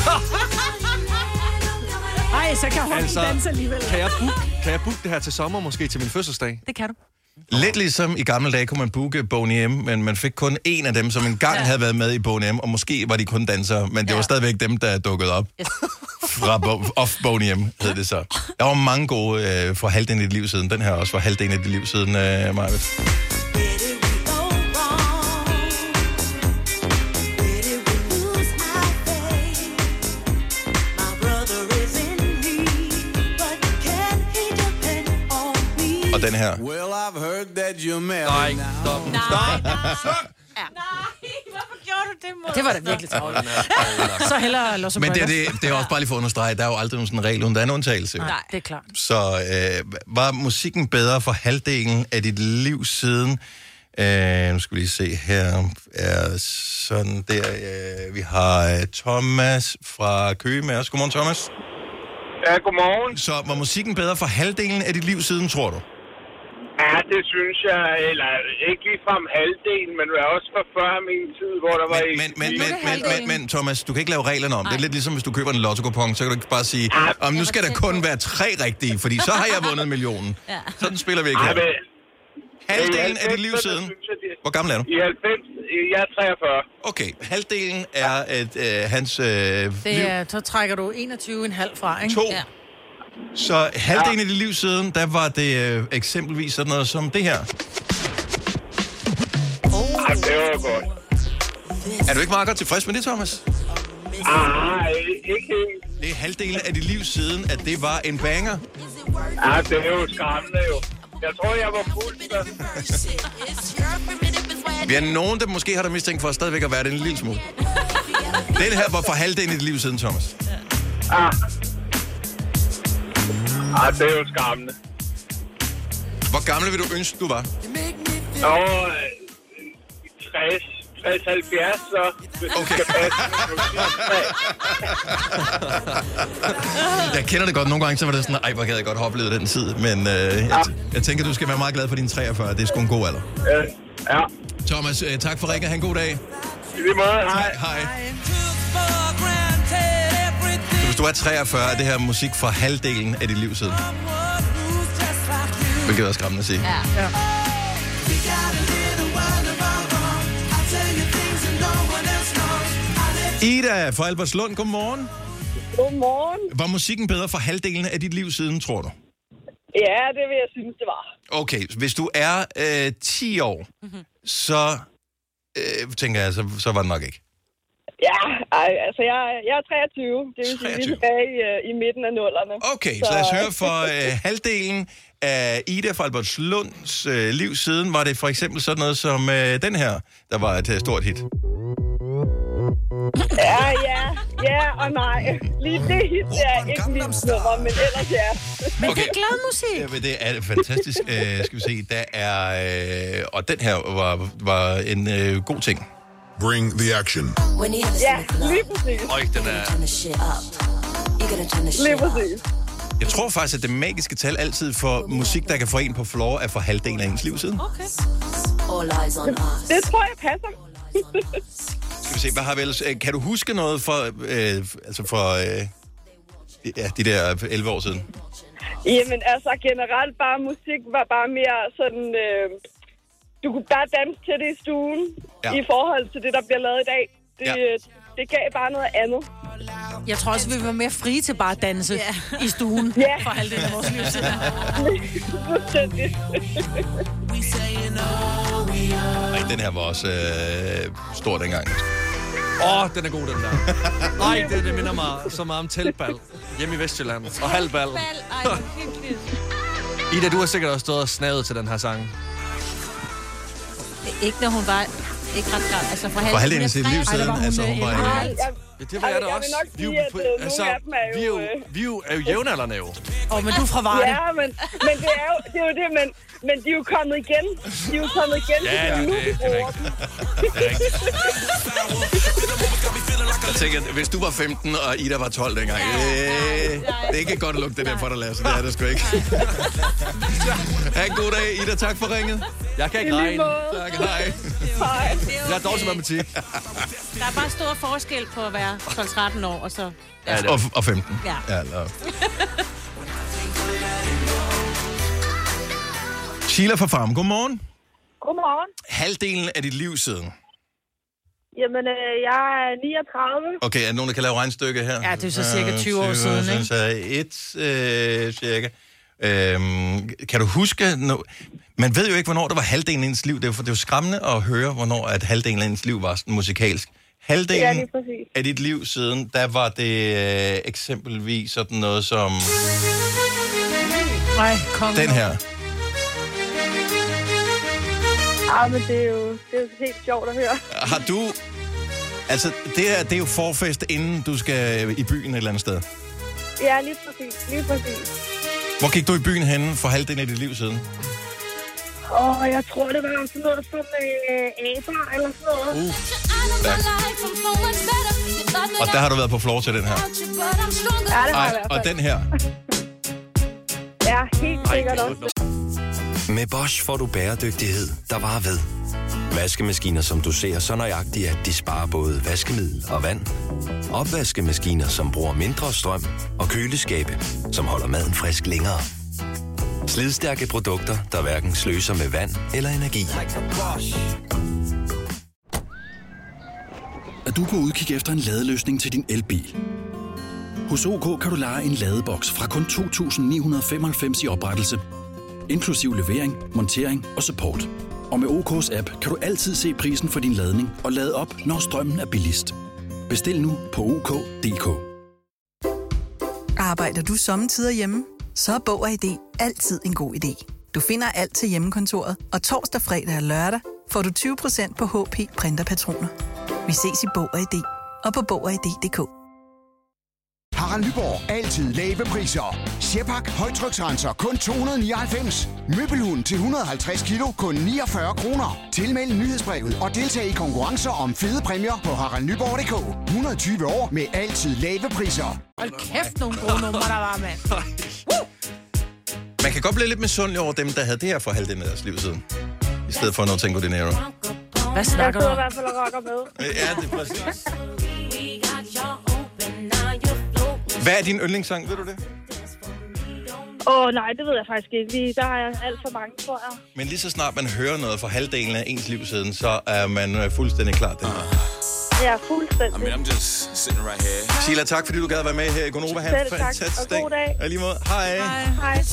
S4: jo.
S2: Ej, så kan hun
S3: Altså,
S2: danse alligevel.
S3: Kan jeg, booke, kan jeg booke det her til sommer, måske til min fødselsdag?
S2: Det kan du.
S1: Lidt ligesom i gamle dage kunne man booke Boney M, men man fik kun en af dem, som engang ja. havde været med i Boney M, og måske var de kun dansere, men det ja. var stadigvæk dem, der dukkede op.
S2: Yes.
S1: Fra Bo- Off Bonium hed det så. Der var mange gode øh, for halvdelen af dit liv siden. Den her er også for halvdelen af dit liv siden, øh, Maja. Og den her.
S15: Well, I've heard that you're married
S3: Nej, stop.
S15: Nej,
S2: Det var da virkelig travlt. Så hellere Los
S1: Men det, er det, det er også bare lige for at understrege, der er jo aldrig nogen sådan en regel, uden der er en undtagelse.
S2: Nej, det er klart.
S1: Så øh, var musikken bedre for halvdelen af dit liv siden? Øh, nu skal vi lige se her. Er sådan der. Øh, vi har øh, Thomas fra Køge med os. Godmorgen, Thomas.
S13: Ja, godmorgen.
S1: Så var musikken bedre for halvdelen af dit liv siden, tror du?
S13: Ja, det synes jeg, eller ikke ligefrem halvdelen, men også for før min tid, hvor der var...
S1: Men, men, men, men, men, men Thomas, du kan ikke lave reglerne om. Det er lidt ligesom, hvis du køber en lottokupon, så kan du ikke bare sige, om nu skal der kun være tre rigtige, fordi så har jeg vundet millionen.
S13: Ja.
S1: Sådan spiller vi ikke
S13: Ej,
S1: her.
S13: men-
S1: Halvdelen af dit liv siden. Hvor gammel er du?
S13: I 90, jeg er 43.
S1: Okay, halvdelen er at, øh, hans øh, liv.
S2: Det er, så trækker du 21,5 fra, ikke?
S1: To. Så halvdelen af dit liv siden, der var det øh, eksempelvis sådan noget som det her.
S13: Ej, det var godt.
S1: Er du ikke meget godt tilfreds med det, Thomas?
S13: Nej, ikke helt.
S1: Det er halvdelen af dit liv siden, at det var en banger.
S13: Ja, det er jo skræmmende jo. Jeg tror, jeg var fuld. Så.
S1: Vi er nogen, der måske har dig mistænkt for at stadigvæk at være det en lille smule. Den her var for halvdelen af dit liv siden, Thomas.
S13: Ah. Ah, det er jo skræmmende.
S1: Hvor gammel vil du ønske, du var?
S13: Nå, øh, 60, 60, 70, så. Okay.
S1: Jeg kender det godt. Nogle gange så var det sådan, ej, hvor havde jeg godt have oplevet den tid. Men øh, jeg, t- jeg tænker, du skal være meget glad for din 43. Det er sgu en god alder.
S13: øh, Ja.
S1: Thomas, øh, tak for ringet. Ha' en god dag.
S13: I lige måde, hej.
S1: Hej. Så hvis du er 43, er det her musik fra halvdelen af dit liv siden. Hvilket er skræmmende at sige.
S16: Ja. ja.
S1: Ida fra Albertslund, godmorgen.
S12: Godmorgen.
S1: Var musikken bedre for halvdelen af dit liv siden, tror du?
S12: Ja, det vil jeg synes, det var.
S1: Okay, hvis du er øh, 10 år, mm-hmm. så øh, tænker jeg, så, så var det nok ikke.
S12: Ja, ej, altså jeg, jeg er 23. Det vil sige, vi er tilbage i, øh, i midten af nullerne.
S1: Okay, så, så lad os høre for øh, halvdelen af Ida fra Albertslunds øh, liv siden, var det for eksempel sådan noget som øh, den her, der var et øh, stort hit.
S12: Ja, ja, ja og nej. Lige det hit, det er ikke mit nummer, men ellers ja.
S1: Men det er Okay.
S12: glad musik.
S1: Jamen, det er fantastisk. øh, skal vi se, der er... Øh, og den her var, var en øh, god ting. Bring the action.
S12: Ja, lige præcis.
S1: Øj, den er...
S12: Lige præcis.
S1: Jeg tror faktisk, at det magiske tal altid for musik, der kan få en på floor, er for halvdelen af ens liv siden.
S12: Okay. Det tror jeg passer.
S1: Skal vi se, hvad har vi ellers? Øh, Kan du huske noget fra, øh, altså fra øh, ja, de der 11 år siden?
S12: Jamen altså generelt bare musik var bare mere sådan... Øh, du kunne bare danse til det i stuen
S1: Ja.
S12: ja. i forhold til det, der bliver lavet i dag. Det,
S1: Ja.
S12: ja. det gav bare noget andet.
S2: Jeg tror også, vi var mere frie til bare at danse i stuen for halvdelen af vores liv siden.
S1: Nej, den her var også øh, stor dengang.
S3: Åh, oh, den er god, den der. Nej, det, det minder mig så meget om teltbal hjemme i Vestjylland. Og halvbal.
S4: Ej,
S3: Ida, du har sikkert også stået og snavet til den her sang.
S4: Ikke når hun var ikke ret gammel. Altså fra
S1: For halvdelen af sit liv siden, altså hun var... Øh,
S3: Ja, det var jeg da også. Vi er jo på-
S13: øh,
S3: altså, vi er jo- vi er jo- er jo jævnaldrende jo.
S2: Åh, men du er fra
S12: Varde. Ja, men, men det, er jo, det er jo det, men, men de er jo kommet igen. De er jo kommet igen.
S1: Ja, det er
S12: nu
S1: det.
S12: vi
S1: Det er
S12: bruger
S1: rigtigt.
S12: dem.
S1: Jeg tænker, hvis du var 15, og Ida var 12 dengang, øh, det er ikke godt at lukke det der for dig, Lasse. Det er det sgu ikke. ha' en god dag, Ida. Tak for ringet.
S3: Jeg kan
S4: ikke I lige regne. måde.
S1: Tak, hej.
S12: Hej.
S3: Jeg er dårlig til matematik.
S4: Der er bare stor forskel på at være 12-13 år, og så...
S1: Og, og 15.
S4: Ja.
S1: eller- Sheila fra Farm, godmorgen.
S12: Godmorgen.
S1: Halvdelen af dit liv siden.
S12: Jamen, øh, jeg er 39.
S1: Okay, er der nogen, der kan lave regnstykke her? Øh,
S12: Ja, det er så cirka 20 år siden, ikke?
S1: Så et øh, cirka. Øhm, kan du huske... No... Man ved jo ikke, hvornår det var halvdelen af ens liv. Det er jo, det er jo skræmmende at høre, hvornår at halvdelen af ens liv var sådan musikalsk.
S12: Ja,
S1: Halvdelen
S12: lige præcis.
S1: af dit liv siden, der var det øh, eksempelvis sådan noget som
S2: Nej, kom
S1: den her.
S12: Ah, men det er jo, det er jo helt sjovt at høre.
S1: Har du... Altså, det, her, det er jo forfest, inden du skal i byen et eller andet sted.
S12: Ja, lige præcis. Lige præcis.
S1: Hvor gik du i byen henne for halvdelen af dit liv siden?
S12: Åh, oh, jeg tror, det var sådan noget som øh, aber eller sådan noget.
S1: Uh. Og der har du været på floor til den her.
S12: Ja, det var i
S1: Ej,
S12: hvert
S1: og
S12: fald.
S1: den her.
S12: Ja, helt sikkert også.
S16: Med Bosch får du bæredygtighed, der varer ved. Vaskemaskiner, som du ser så nøjagtigt, at de sparer både vaskemiddel og vand. Opvaskemaskiner, som bruger mindre strøm. Og køleskabe, som holder maden frisk længere. Slidstærke produkter, der hverken sløser med vand eller energi.
S17: er du på udkig efter en ladeløsning til din elbil. Hos OK kan du lege en ladeboks fra kun 2.995 i oprettelse, inklusiv levering, montering og support. Og med OK's app kan du altid se prisen for din ladning og lade op, når strømmen er billigst. Bestil nu på OK.dk.
S18: Arbejder du sommetider hjemme? Så er Bog og ID altid en god idé. Du finder alt til hjemmekontoret, og torsdag, fredag og lørdag får du 20% på HP printerpatroner. Vi ses i Bog og ID og på Bog og ID.dk.
S19: Harald Nyborg. Altid lave priser. Sjehpak. Højtryksrenser. Kun 299. Møbelhund til 150 kilo. Kun 49 kroner. Tilmeld nyhedsbrevet og deltag i konkurrencer om fede præmier på haraldnyborg.dk. 120 år med altid lave priser.
S5: Hold kæft, nogle gode numre, der var, mand.
S1: Man kan godt blive lidt misundelig over dem, der havde det her for halvdelen af deres liv siden. I stedet for noget Tango De Niro.
S2: Hvad snakker du
S12: Jeg sidder
S2: om?
S12: i hvert fald og rocker med.
S1: Ja, det er præcis. Hvad er din yndlingssang, ved du det?
S12: Åh, oh, nej, det ved jeg faktisk ikke. Lige- Der har jeg alt for mange, tror jeg.
S1: Men lige så snart man hører noget for halvdelen af ens liv siden, så er man øh, fuldstændig klar. Den her.
S12: Ja, fuldstændig.
S1: just sitting right here. Sheila, tak fordi du gad være med her i Gonova. Ha' en
S5: Selv tak,
S1: fantastisk
S5: og god dag.
S1: Og lige måde. Hej.
S5: Hej.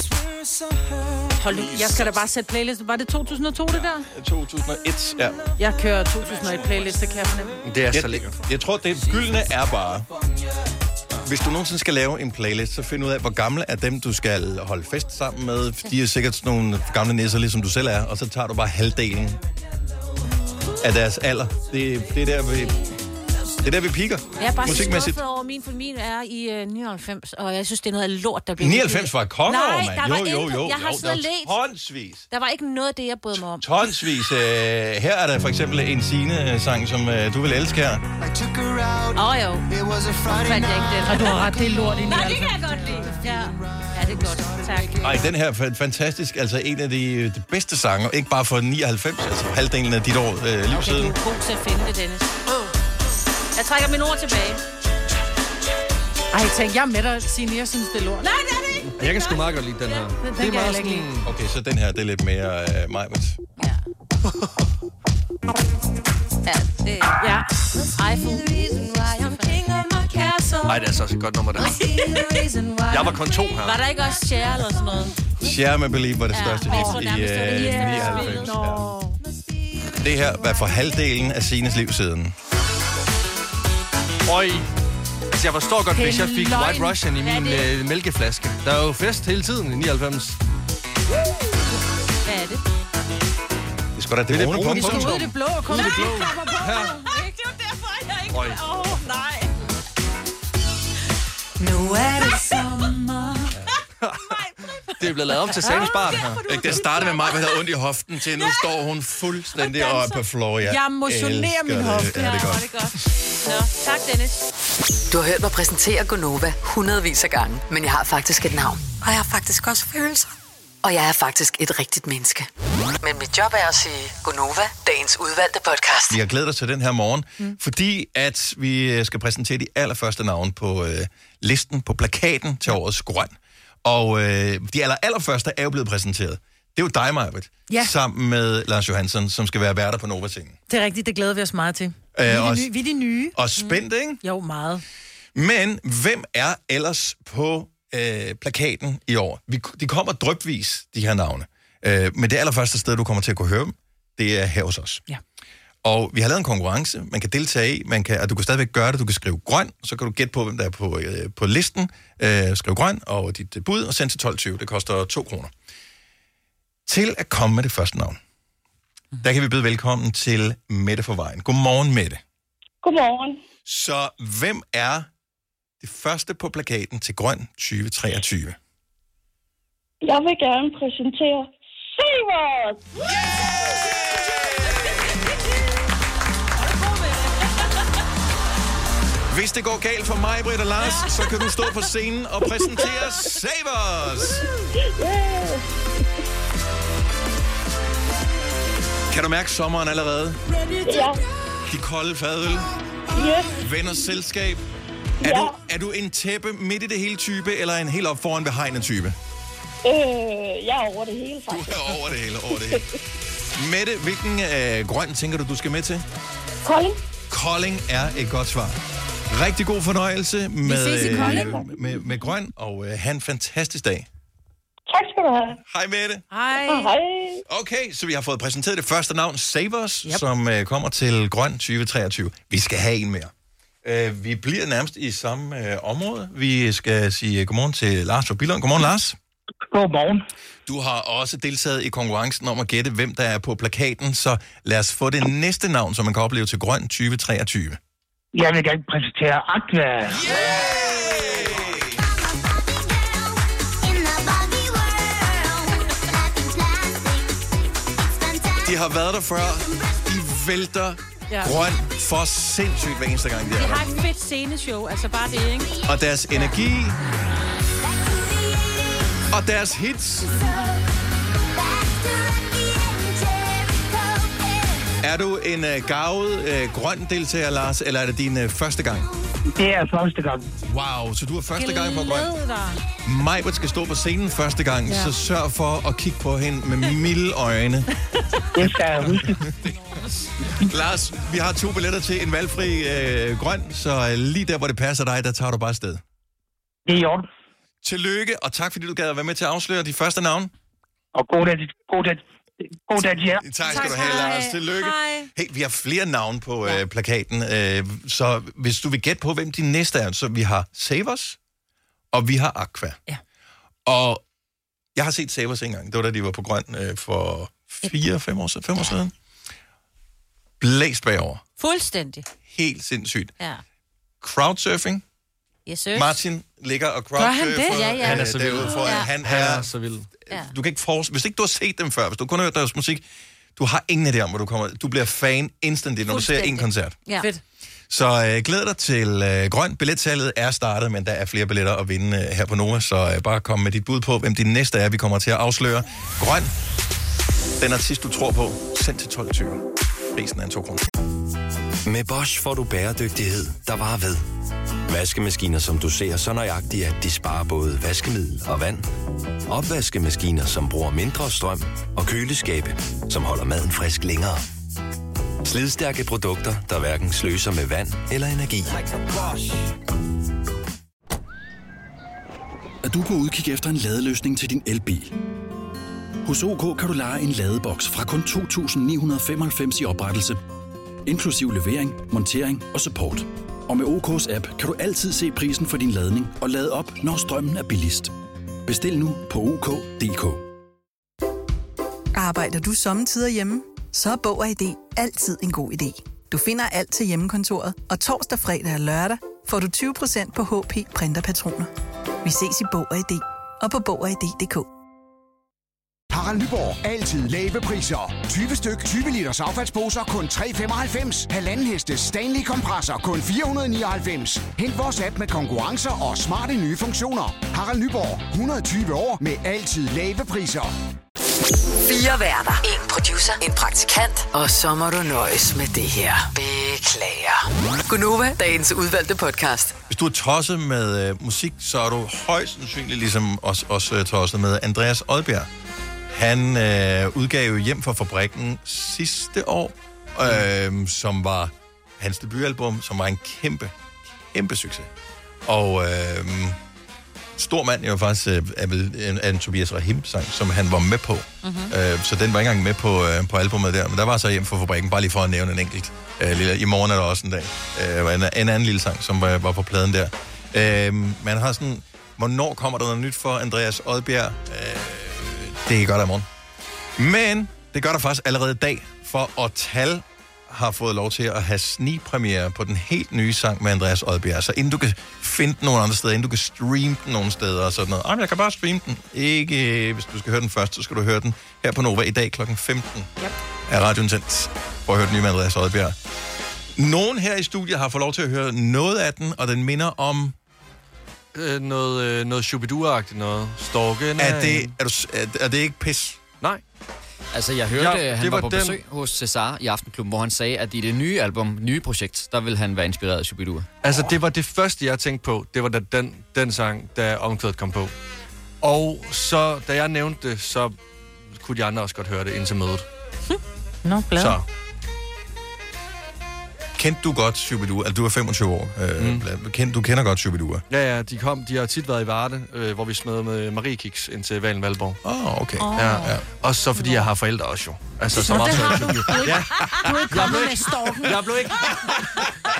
S5: Hold nu, jeg skal da bare sætte playlist. Var det 2002, det der?
S1: 2001, ja.
S5: Jeg kører 2001 playlist, det kan jeg fornemme.
S1: Det er så lækkert. Jeg, jeg tror, det gyldne er bare... Hvis du nogensinde skal lave en playlist, så find ud af, hvor gamle er dem, du skal holde fest sammen med. De er sikkert sådan nogle gamle nisser, ligesom du selv er. Og så tager du bare halvdelen af deres alder. Det, det er der, vi... Det er der, vi piker.
S4: Jeg er bare så
S1: Musikmæssigt.
S4: skuffet over, min familie er i øh, 99, og jeg synes, det er noget lort, der bliver...
S1: 99 var kongeår,
S4: Nej, der
S1: mand.
S4: var
S1: Jo, jo,
S4: intet.
S1: jo.
S4: Jeg har
S1: jo,
S4: siddet og
S1: der
S4: let.
S1: var Tonsvis.
S4: Der var ikke noget af det, jeg brød mig om.
S1: Tonsvis. Øh, her er der for eksempel en Signe-sang, som øh, du vil elske her.
S4: Åh oh, jo. Fandt jeg ikke den.
S5: Og du har ret, det er lort i
S4: Nej, det kan jeg godt lide. Ja, ja det er godt. Tak.
S1: Ej, den her er fantastisk. Altså en af de, de bedste sange. Ikke bare for 99, altså halvdelen af dit år øh, liv
S4: Okay, du
S1: siden.
S4: er god til at finde det, Dennis. Åh. Jeg trækker mine ord tilbage.
S5: Ej, tænk, jeg er med dig, Signe. Jeg synes, det er lort.
S4: Nej, det er det ikke.
S3: Jeg kan sgu meget godt lide den her.
S5: Den
S3: Det er
S5: kan jeg
S3: meget
S5: heller ikke
S3: sådan...
S1: Okay, så den her, det er lidt mere øh, mig.
S4: Ja, det Ja. iPhone.
S3: Ej, det er altså også et godt nummer, der. Jeg var kun to her.
S4: Var der ikke også share eller sådan noget?
S1: Share med Believe var det største hit i øh,
S4: Yeah.
S1: 99. Det her var for halvdelen af Sines liv siden.
S3: Øj. Altså, jeg forstår godt, hvis jeg
S1: Det er
S3: fik
S1: løgn.
S3: White Russian i
S1: Hvad er
S3: min
S1: det?
S3: øh, mælkeflaske. Der er jo fest hele tiden i 99. Det
S4: Hvad er det?
S1: er sgu da
S3: er det
S1: drone på
S3: brune
S1: en
S3: punktum.
S1: punktum.
S5: Ud i det blå, kom
S3: Ud i
S5: det
S3: det blå.
S5: blå.
S3: Her. Øj.
S18: Nu er det sommer.
S1: Det er blevet lavet om til Sam's Bar, det her. Ikke, det
S2: altså
S1: startede med mig, der havde ondt i hoften, til nu står hun fuldstændig oppe på floor. Jeg,
S2: Jeg motionerer min
S1: elsker det.
S2: hofte.
S1: Ja, det er godt.
S4: Nå, tak, Dennis.
S6: Du har hørt mig præsentere Gonova hundredvis af gange, men jeg har faktisk et navn. Og jeg har faktisk også følelser. Og jeg er faktisk et rigtigt menneske. Men mit job er at sige Gonova, dagens udvalgte podcast.
S1: Vi har glædet os til den her morgen, mm. fordi at vi øh, skal præsentere de allerførste navne på øh, listen, på plakaten til årets grøn. Og øh, de aller, allerførste er jo blevet præsenteret. Det er jo dig, Majbet,
S2: Ja.
S1: sammen med Lars Johansson, som skal være værter på Nova Singen.
S2: Det er rigtigt, det glæder vi os meget til.
S1: Øh,
S2: vi, er de
S1: og-
S2: nye, vi er de nye.
S1: Og spændt,
S5: Mm.
S1: ikke?
S2: Mm. Jo, meget.
S1: Men hvem er ellers på øh, plakaten i år? Vi, de kommer drøbvis, de her navne. Øh, men det allerførste sted, du kommer til at kunne høre dem, det er her hos os.
S2: Ja.
S1: Og vi har lavet en konkurrence, man kan deltage i, man kan, og du kan stadigvæk gøre det, du kan skrive grøn, og så kan du gætte på, hvem der er på, øh, på listen. Øh, skriv grøn og dit øh, bud, og send til 12.20. Det koster 2 kroner. Til at komme med det første navn,
S2: Mhm.
S1: der kan vi byde velkommen til Mette for vejen. Godmorgen, Mette.
S12: Godmorgen.
S1: Så hvem er det første på plakaten til Grøn 2023?
S12: Jeg vil gerne præsentere Sivert!
S1: Hvis det går galt for mig, Britt og Lars, så kan du stå på scenen og præsentere Savers. Kan du mærke sommeren allerede?
S12: Ja,
S1: De kolde fadøl,
S12: yes.
S1: venners selskab. Er, du, er du en tæppe midt i det hele type, eller en helt op foran ved hegnet type?
S12: Øh, jeg er over det hele, faktisk.
S1: Over det hele, over det hele. Mette, hvilken øh, grøn tænker du, du skal med til?
S12: Kolding.
S1: Kolding er et godt svar. Rigtig god fornøjelse med,
S12: ses i
S1: øh,
S12: Kolding.
S1: med, med grøn, og øh, have en fantastisk dag.
S12: Tak skal du have.
S1: Hej Mette.
S2: Hej.
S12: Hej.
S1: Okay, så vi har fået præsenteret det første navn, Savers, yep. som øh, kommer til Grøn 2023. Vi skal have en mere. Øh, vi bliver nærmest i samme øh, område. Vi skal sige øh, godmorgen til Lars fra Billund. Godmorgen, Lars. Godmorgen. Du har også deltaget i konkurrencen om at gætte, hvem der er på plakaten, så lad os få det næste navn, som man kan opleve til Grøn 2023.
S20: Jeg vil gerne præsentere Aqua.
S1: De har været der før. De vælter
S4: Ja.
S1: ja. grøn for sindssygt hver eneste gang, de
S4: De
S1: er
S4: har
S1: der.
S4: et fedt sceneshow, altså bare det, ikke?
S1: Og deres energi. Og deres hits. Er du en øh, gavet øh, grøn deltager, Lars, eller er det din øh, første gang?
S20: Det er første gang.
S1: Wow, så du er første gang på grøn.
S4: Glæd dig.
S1: Majbert skal stå på scenen første gang,
S4: Ja.
S1: ja. så sørg for at kigge på hende med milde øjne.
S20: Det skal jeg huske.
S1: Lars, vi har to billetter til en valgfri øh, grøn, så øh, lige der, hvor det passer dig, der tager du bare sted.
S20: Det er i orden.
S1: Tillykke, og tak fordi du gad at være med til at afsløre de første navne.
S20: Og god dag, god dag, god dag til jer.
S1: Tak skal du have, Lars. Tillykke. Hey, vi har flere navne på øh, plakaten, øh, så hvis du vil gætte på, hvem de næste er, så vi har Savers, og vi har Aqua. Ja. Og jeg har set Savers en gang. Det var da de var på grøn øh, for 4-5 år siden. 5 år siden. Blæst bagover.
S4: Fuldstændig.
S1: Helt sindssygt.
S4: Ja.
S1: Crowdsurfing.
S4: Yes, sir.
S1: Martin ligger og
S4: Gør han det?
S1: crowdsurfer
S4: Ja, ja.
S1: Han er så vild. For,
S4: Ja.
S1: ja. han,
S3: Han
S1: er,
S3: er så vild.
S4: Ja.
S1: Du kan ikke forestille, hvis ikke du har set dem før, hvis du kun har hørt deres musik, du har ingen idé om, hvor du kommer. Du bliver fan instantly, når du ser en koncert.
S4: Ja. Fedt.
S1: Så øh, glæder dig til øh, Grøn. Billetsalget er startet, men der er flere billetter at vinde øh, her på Nova, så øh, bare kom med dit bud på, hvem din næste er, vi kommer til at afsløre. Grøn, den artist, du tror på, send til 12.20. Prisen er en 2 kroner.
S16: Med Bosch får du bæredygtighed, der varer ved. Vaskemaskiner, som du ser så nøjagtigt, at de sparer både vaskemiddel og vand. Opvaskemaskiner, som bruger mindre strøm. Og køleskabe, som holder maden frisk længere. Slidstærke produkter, der hverken sløser med vand eller energi.
S17: Er du på udkig efter en ladeløsning til din elbil? Hos OK kan du lege en ladeboks fra kun 2.995 i oprettelse, inklusiv levering, montering og support. Og med OK's app kan du altid se prisen for din ladning og lade op, når strømmen er billigst. Bestil nu på OK.dk.
S18: Arbejder du sommetider hjemme? Så er Bog og ID altid en god idé. Du finder alt til hjemmekontoret, og torsdag, fredag og lørdag får du 20% på HP printerpatroner. Vi ses i Bog og ID og på Bog og ID.dk.
S19: Harald Nyborg. Altid lave priser. 20 styk, 20 liters affaldsposer kun 3,95. Halvanden heste Stanley kompresser kun 499. Hent vores app med konkurrencer og smarte nye funktioner. Harald Nyborg. 120 år med altid lave priser.
S6: Fire værter. En producer. En praktikant. Og så må du nøjes med det her. Beklager. Gunova, dagens udvalgte podcast.
S1: Hvis du er tosset med øh, musik, så er du højst sandsynligt ligesom os, os øh, tosset med Andreas Oddbjerg. Han øh, udgav jo Hjem fra fabrikken sidste år, øh, øhm, som var hans debutalbum, som var en kæmpe, kæmpe succes. Og øh, stor mand jo faktisk øh, er vel en, er en Tobias Rahim-sang, som han var med på.
S21: Mhm.
S1: Øh, så den var ikke engang med på, øh, på albumet der. Men der var så hjem fra fabrikken, bare lige for at nævne en enkelt. Øh, lille, I morgen er der også en dag. Øh, var en, en anden lille sang, som var, var på pladen der. Øh, man har sådan, hvornår kommer der noget nyt for Andreas Odbjerg? Øh, det gør der i morgen. Men det gør der faktisk allerede i dag, for Otal har fået lov til at have snigpremiere på den helt nye sang med Andreas Odbjerg. Så inden du kan finde den nogle andre steder, inden du kan streame den nogle steder og sådan noget. Ej, men jeg kan bare streame den. Ikke, øh, hvis du skal høre den først, så skal du høre den her på Nova i dag kl. 15. Yep. Er radioen tændt. Prøv at høre den nye med Andreas Odbjerg. Nogen her i studiet har fået lov til at høre noget af den, og den minder om...
S3: Øh, noget, øh, noget Shubidua-agtigt noget. Storken
S1: Er det- er, du, er, er det ikke pis?
S3: Nej.
S7: Altså, jeg hørte,
S3: Ja,
S7: ja,
S3: det
S7: han var,
S3: var
S7: på
S3: den.
S7: besøg hos Cesar i Aftenklubben, hvor han sagde, at i det nye album, nye projekt, der vil han være inspireret af Shubidua.
S3: Altså, det var det første, jeg tænkte på. Det var da den, den sang, da omkvædet kom på. Og så, da jeg nævnte det, så kunne de andre også godt høre det indtil mødet.
S2: Nå, glad.
S3: Så.
S1: Kendte du godt Shubidua? Altså, du er 25 år. Øh, mm. kend, du kender godt Shubidua.
S3: Ja, ja, de, kom, de har tit været i Varde, øh, hvor vi smed med Marie Kiks ind til Valen Valborg.
S1: Åh, oh, okay.
S3: Oh. Ja, ja. Også så fordi jeg har forældre også jo. Altså, så
S2: Nå,
S3: meget
S2: det har
S3: så-
S2: du. Du er ikke,
S3: Ja.
S2: du er ikke
S3: Jeg
S2: kommet
S3: blev
S2: med
S3: ikke-
S2: storken.
S3: Jeg blev ikke...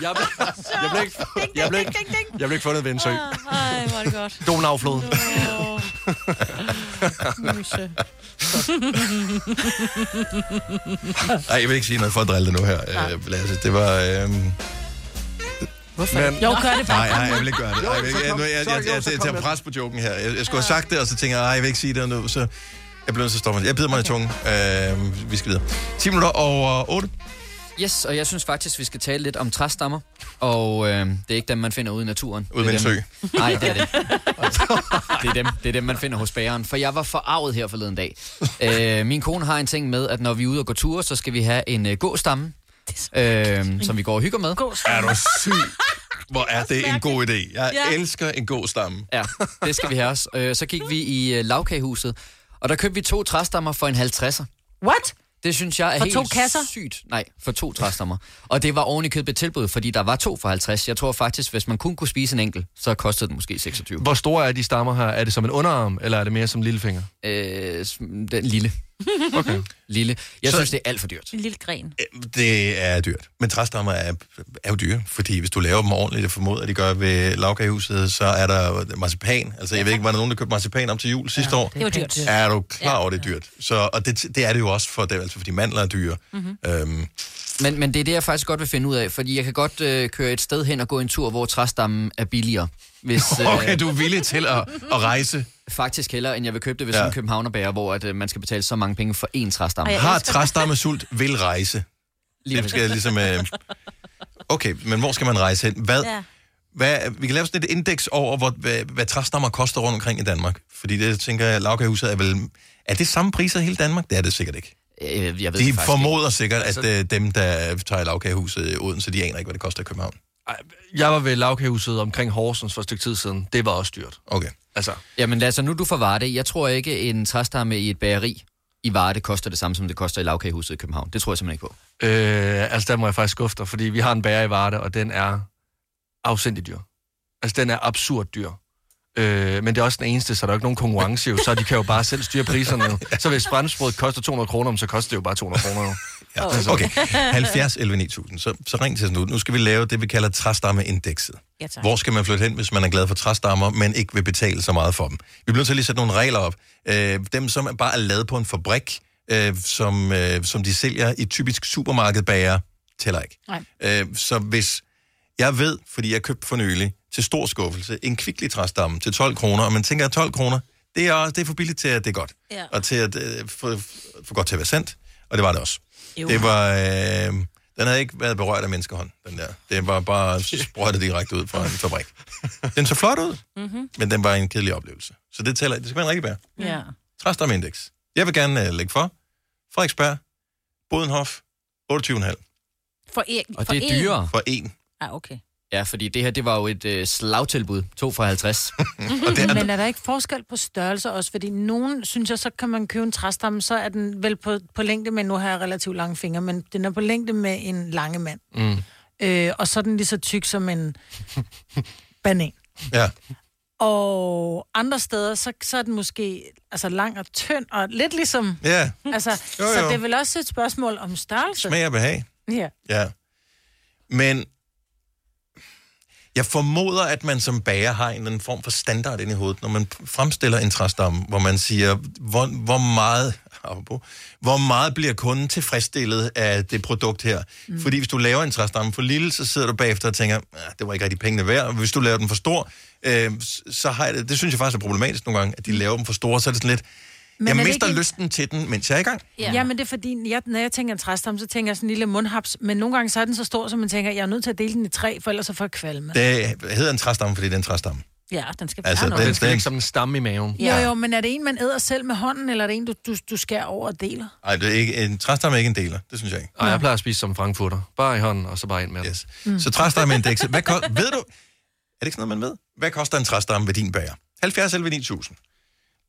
S3: Jeg blev, jeg blev ikke... Jeg blev ikke, jeg blev ikke fundet ved en sø.
S2: Ah.
S4: Ej, hvor er det godt.
S3: Donauflod.
S1: Nej, jeg vil ikke sige noget for at drille det nu her, øh, Lasse. Det var... Øh... Hvorfor? Men...
S2: Jo, gør det bare.
S1: Nej, nej, jeg vil ikke gøre det.
S2: Jo,
S1: Nej, jeg, vil
S2: så
S1: ikke, jeg,
S2: kom-
S1: nu- jeg, jeg,
S2: så-
S1: jeg,
S2: jo,
S1: jeg,
S2: så
S1: jeg
S2: kom
S1: tager
S2: med
S1: pres på joken her. Jeg, jeg skulle have sagt det, og så tænker jeg, nej, jeg vil ikke sige det nu, så... Jeg blev nødt til at stoppe mig. Jeg bider mig i tungen. Øh, vi skal videre. 10 minutter over 8.
S7: Yes, og jeg synes faktisk, vi skal tale lidt om træstammer. Og øh, det er ikke dem, man finder ude i naturen.
S1: Ude ved
S7: Det er
S1: en
S7: dem- Nej, det er det. Det er, dem, det er dem, man finder hos bageren. For jeg var forarvet her forleden dag. Øh, min kone har en ting med, at når vi er ude og gå ture, så skal vi have en øh, gåstamme, øh, som vi går og hygger med.
S1: Er du syg? Hvor er det en god idé. Jeg
S7: Ja.
S1: elsker en god stamme.
S7: Ja, det skal vi have også. Øh, så gik vi i øh, lavkagehuset, og der købte vi to træstammer for en 50'er.
S2: What?
S7: Det synes jeg er
S2: For
S7: helt
S2: to kasser?
S7: sygt. Nej, for to træstammer. Og det var oven i købet et tilbud, fordi der var to for 50. Jeg tror faktisk, hvis man kun kunne spise en enkelt, så kostede den måske 26.
S3: Hvor store er de stammer her? Er det som en underarm, eller er det mere som en lillefinger?
S7: Øh, sm- den lille. Okay. Lille. Jeg
S1: Så-
S7: så... synes, det er alt for dyrt.
S4: En lille gren.
S1: Øh, Det er dyrt. Men træstammer er, er jo dyre, fordi hvis du laver dem ordentligt, jeg formoder, at de gør ved lavkagehuset, så er der marcipan. Altså, jeg ved ikke, var der nogen, der købte marcipan op til jul sidste år?
S4: det er dyrt.
S1: Er du klar over, det er dyrt? Så, og det, det er det jo også for dem, altså, fordi mandler er dyre. Mm-hmm.
S4: Mhm.
S1: Øhm,
S7: Men, men det er det, jeg faktisk godt vil finde ud af, fordi jeg kan godt øh, køre et sted hen og gå en tur, hvor træstammen er billigere. Hvis, øh,
S1: Okay, du er villig til at, at rejse?
S7: Faktisk hellere, end jeg vil købe det ved
S1: Ja.
S7: sådan en københavnerbærer, hvor at, øh, man skal betale så mange penge for én træstamme.
S1: har træstammesult, vil rejse.
S7: Lige
S1: det skal ligesom... Øh, okay, men hvor skal man rejse hen? Hvad,
S4: Ja.
S1: Hvad, vi kan lave sådan et indeks over, hvor, hvad, hvad træstammer koster rundt omkring i Danmark. Fordi det, tænker jeg, lavkagehuset er vel... Er det samme priser i hele Danmark? Det er det sikkert ikke.
S7: Øh, jeg ved
S1: de
S7: det faktisk
S1: formoder
S7: ikke.
S1: sikkert, at
S7: Altså-
S1: altså... dem, der tager i lavkagehuset i Odense, de aner ikke, hvad det koster i København.
S3: Jeg var ved lavkagehuset omkring Horsens for et stykke tid siden. Det var også dyrt.
S1: Okay.
S3: Altså,
S7: Jamen Lasse, nu er du for Varde. Jeg tror ikke, en træstamme i et bageri i Varde koster det samme, som det koster i lavkagehuset i København. Det tror jeg simpelthen ikke på.
S3: øh, altså der må jeg faktisk skuffe dig, fordi vi har en bager i Varde, og den er afsindig dyr. Altså, den er absurd dyr. Øh, men det er også den eneste, så der er jo ikke nogen konkurrence, jo, så de kan jo bare selv styre priserne. Jo. Så hvis brændsbrød koster 200 kroner, så koster det jo bare 200 kroner. Jo.
S1: Ja, altså. Okay, 70 11 9000. Så, så ring til os nu. Nu skal vi lave det, vi kalder træstammeindekset.
S4: Ja, tak.
S1: Hvor skal man flytte hen, hvis man er glad for træstammer, men ikke vil betale så meget for dem? Vi bliver nødt til at lige sætte nogle regler op. Øh, dem, som er bare er lavet på en fabrik, øh, som, øh, som de sælger i typisk supermarkedbager, tæller ikke.
S22: Nej.
S1: Øh, så hvis jeg ved, fordi jeg købte for nylig, til stor skuffelse, en kvicklig træstamme til 12 kroner, og man tænker, at 12 kroner, det er, det er for billigt til, at det er godt.
S4: Ja.
S1: Og til at, øh, for, for godt til at være sandt. Og det var det også.
S4: Jo.
S1: Det var... Øh, den havde ikke været berørt af menneskehånd, den der. Det var bare sprøjtet direkte ud fra en fabrik. Den så flot ud,
S4: Mhm.
S1: men den var en kedelig oplevelse. Så det tæller, det skal man rigtig bære.
S4: Ja.
S1: Træstammeindeks. Jeg vil gerne uh, lægge for. Frederiksberg, Bodenhof, 28,5.
S4: For en, for en.
S1: For en.
S4: Ah, okay.
S7: Ja, fordi det her, det var jo et øh, slagtilbud. To for 50.
S2: Men er der ikke forskel på størrelse også? Fordi nogen, synes jeg, så kan man købe en træstamme, så er den vel på, på længde med, nu har jeg relativt lange fingre, men den er på længde med en lange mand.
S3: Mm.
S2: Øh, og så er den lige så tyk som en banan.
S1: Ja.
S2: Og andre steder, så, så er den måske altså, lang og tynd, og lidt ligesom...
S1: Ja.
S2: Altså,
S1: Jo,
S2: jo, jo. Så
S1: jo.
S2: det er vel også et spørgsmål om størrelse.
S1: Smag og behag.
S2: Ja.
S1: Ja. Men jeg formoder, at man som bager har en eller anden form for standard ind i hovedet, når man fremstiller en træstamme, hvor man siger, hvor, hvor, meget, apropos, hvor meget bliver kunden tilfredsstillet af det produkt her. Mm. Fordi hvis du laver en træstamme for lille, så sidder du bagefter og tænker, "Ah, det var ikke rigtig pengene værd. Og hvis du laver den for stor, øh, s- så har jeg det. Det synes jeg faktisk er problematisk nogle gange, at de laver dem for store, så er det sådan lidt,
S2: Mm. Men
S1: Men
S2: er
S1: jeg
S2: det
S1: mister
S2: ikke en-
S1: lysten til den, mens jeg er i gang.
S2: Ja. ja, men det er fordi, jeg, når jeg tænker en træstamme, så tænker jeg sådan en lille mundhaps, men nogle gange så er den så stor, så man tænker, jeg er nødt til at dele den i tre, for ellers så får jeg kvalme.
S1: Det hedder en træstamme, fordi det er en træstamme.
S2: Ja, den skal
S1: Altså,
S2: være
S1: den, den
S2: noget.
S1: skal ligge som en stamme i maven.
S2: Jo, jo, men er det en, man æder selv med hånden, eller er det en, du, du, du skærer over og deler?
S1: Nej, det er ikke, en træstamme er ikke en deler. Det synes jeg ikke.
S3: Og jeg plejer at spise som frankfurter. Bare i hånden, og så bare ind med
S1: yes. Mm. Så træstamme er en dækse. Hvad ko- ved du? Er det ikke sådan noget, man ved? Hvad koster en træstamme ved din bager? 70 eller 9000.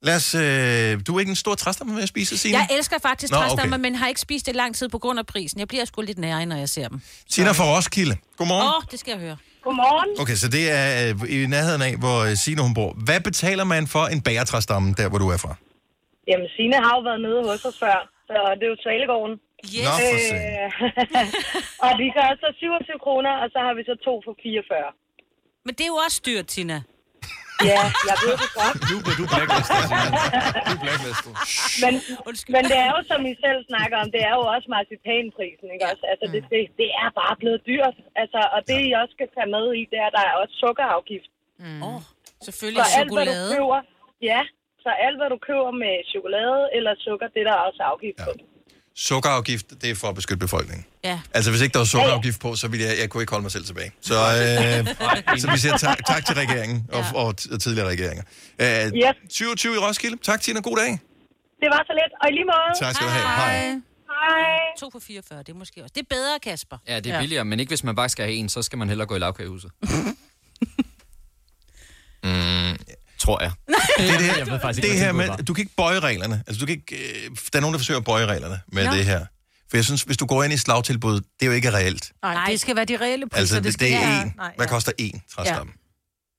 S1: Lad os, øh, du er ikke en stor træstamme med at spise, Signe?
S4: Jeg elsker faktisk
S1: Nå, okay.
S4: træstammer, men har ikke spist det i lang tid på grund af prisen. Jeg bliver sgu lidt nære, når jeg ser dem.
S1: Tina fra Roskilde. Godmorgen.
S4: Åh,
S1: Oh.
S4: oh, det skal jeg høre.
S12: Godmorgen.
S1: Okay, så det er øh, i nærheden af, hvor øh, Signe hun bor. Hvad betaler man for en bagertræstamme, der hvor du er fra?
S12: Jamen, Signe har jo været nede hos os før, så det er jo Svalegården.
S1: Yes. Nå, for satan.
S12: og de gør så 27 kroner, og så har vi så to for 44.
S4: Men det er jo også dyrt, Tina.
S12: Ja, jeg ved det godt.
S3: Nu bliver du blacklistet, Signe. Du er blacklistet.
S12: Men, men det er jo, som I selv snakker om, det er jo også marcipanprisen, ikke også? Altså, det, det, det er bare blevet dyrt. Altså, og det, I også skal tage med i, det er, at der er også sukkerafgift.
S4: Mm. Oh,
S12: Så
S4: selvfølgelig
S12: alt, hvad du
S4: chokolade.
S12: køber, ja, så alt, hvad du køber med chokolade eller sukker, det er der også afgift på.
S1: Sukkerafgift, det er for at beskytte befolkningen.
S4: Ja.
S1: Altså, hvis ikke der var sukkerafgift på, så ville jeg, jeg kunne ikke holde mig selv tilbage. Så, øh, så vi siger tak, tak til regeringen og, og, t- og tidligere regeringer. Øh, 2020 i Roskilde. Tak, Tina. God dag.
S12: Det var så lidt, og i lige måde.
S1: Tak skal du have. Hej.
S12: Hej.
S4: 2 på 44, det er måske også. Det er bedre, Kasper.
S7: Ja, det er billigere, men ikke hvis man bare skal have en, så skal man hellere gå i lavkagehuset.
S1: Mm.
S7: Tror jeg.
S1: Det, er det,
S7: Jeg ved
S1: her,
S7: faktisk ikke,
S1: det
S7: hvad
S1: her med,
S7: tilbuddet var.
S1: du kan ikke bøje reglerne. Altså, du kan ikke, øh, der er nogen, der forsøger at bøje reglerne med
S2: Nå.
S1: det her. For jeg synes, hvis du går ind i et slagtilbud, det er jo ikke reelt.
S2: Nej, Nej, det skal være de reelle priser.
S1: Altså, det,
S2: skal
S1: det
S2: være-
S1: er en.
S2: Nej,
S1: Hvad
S2: ja.
S1: koster en træstamme?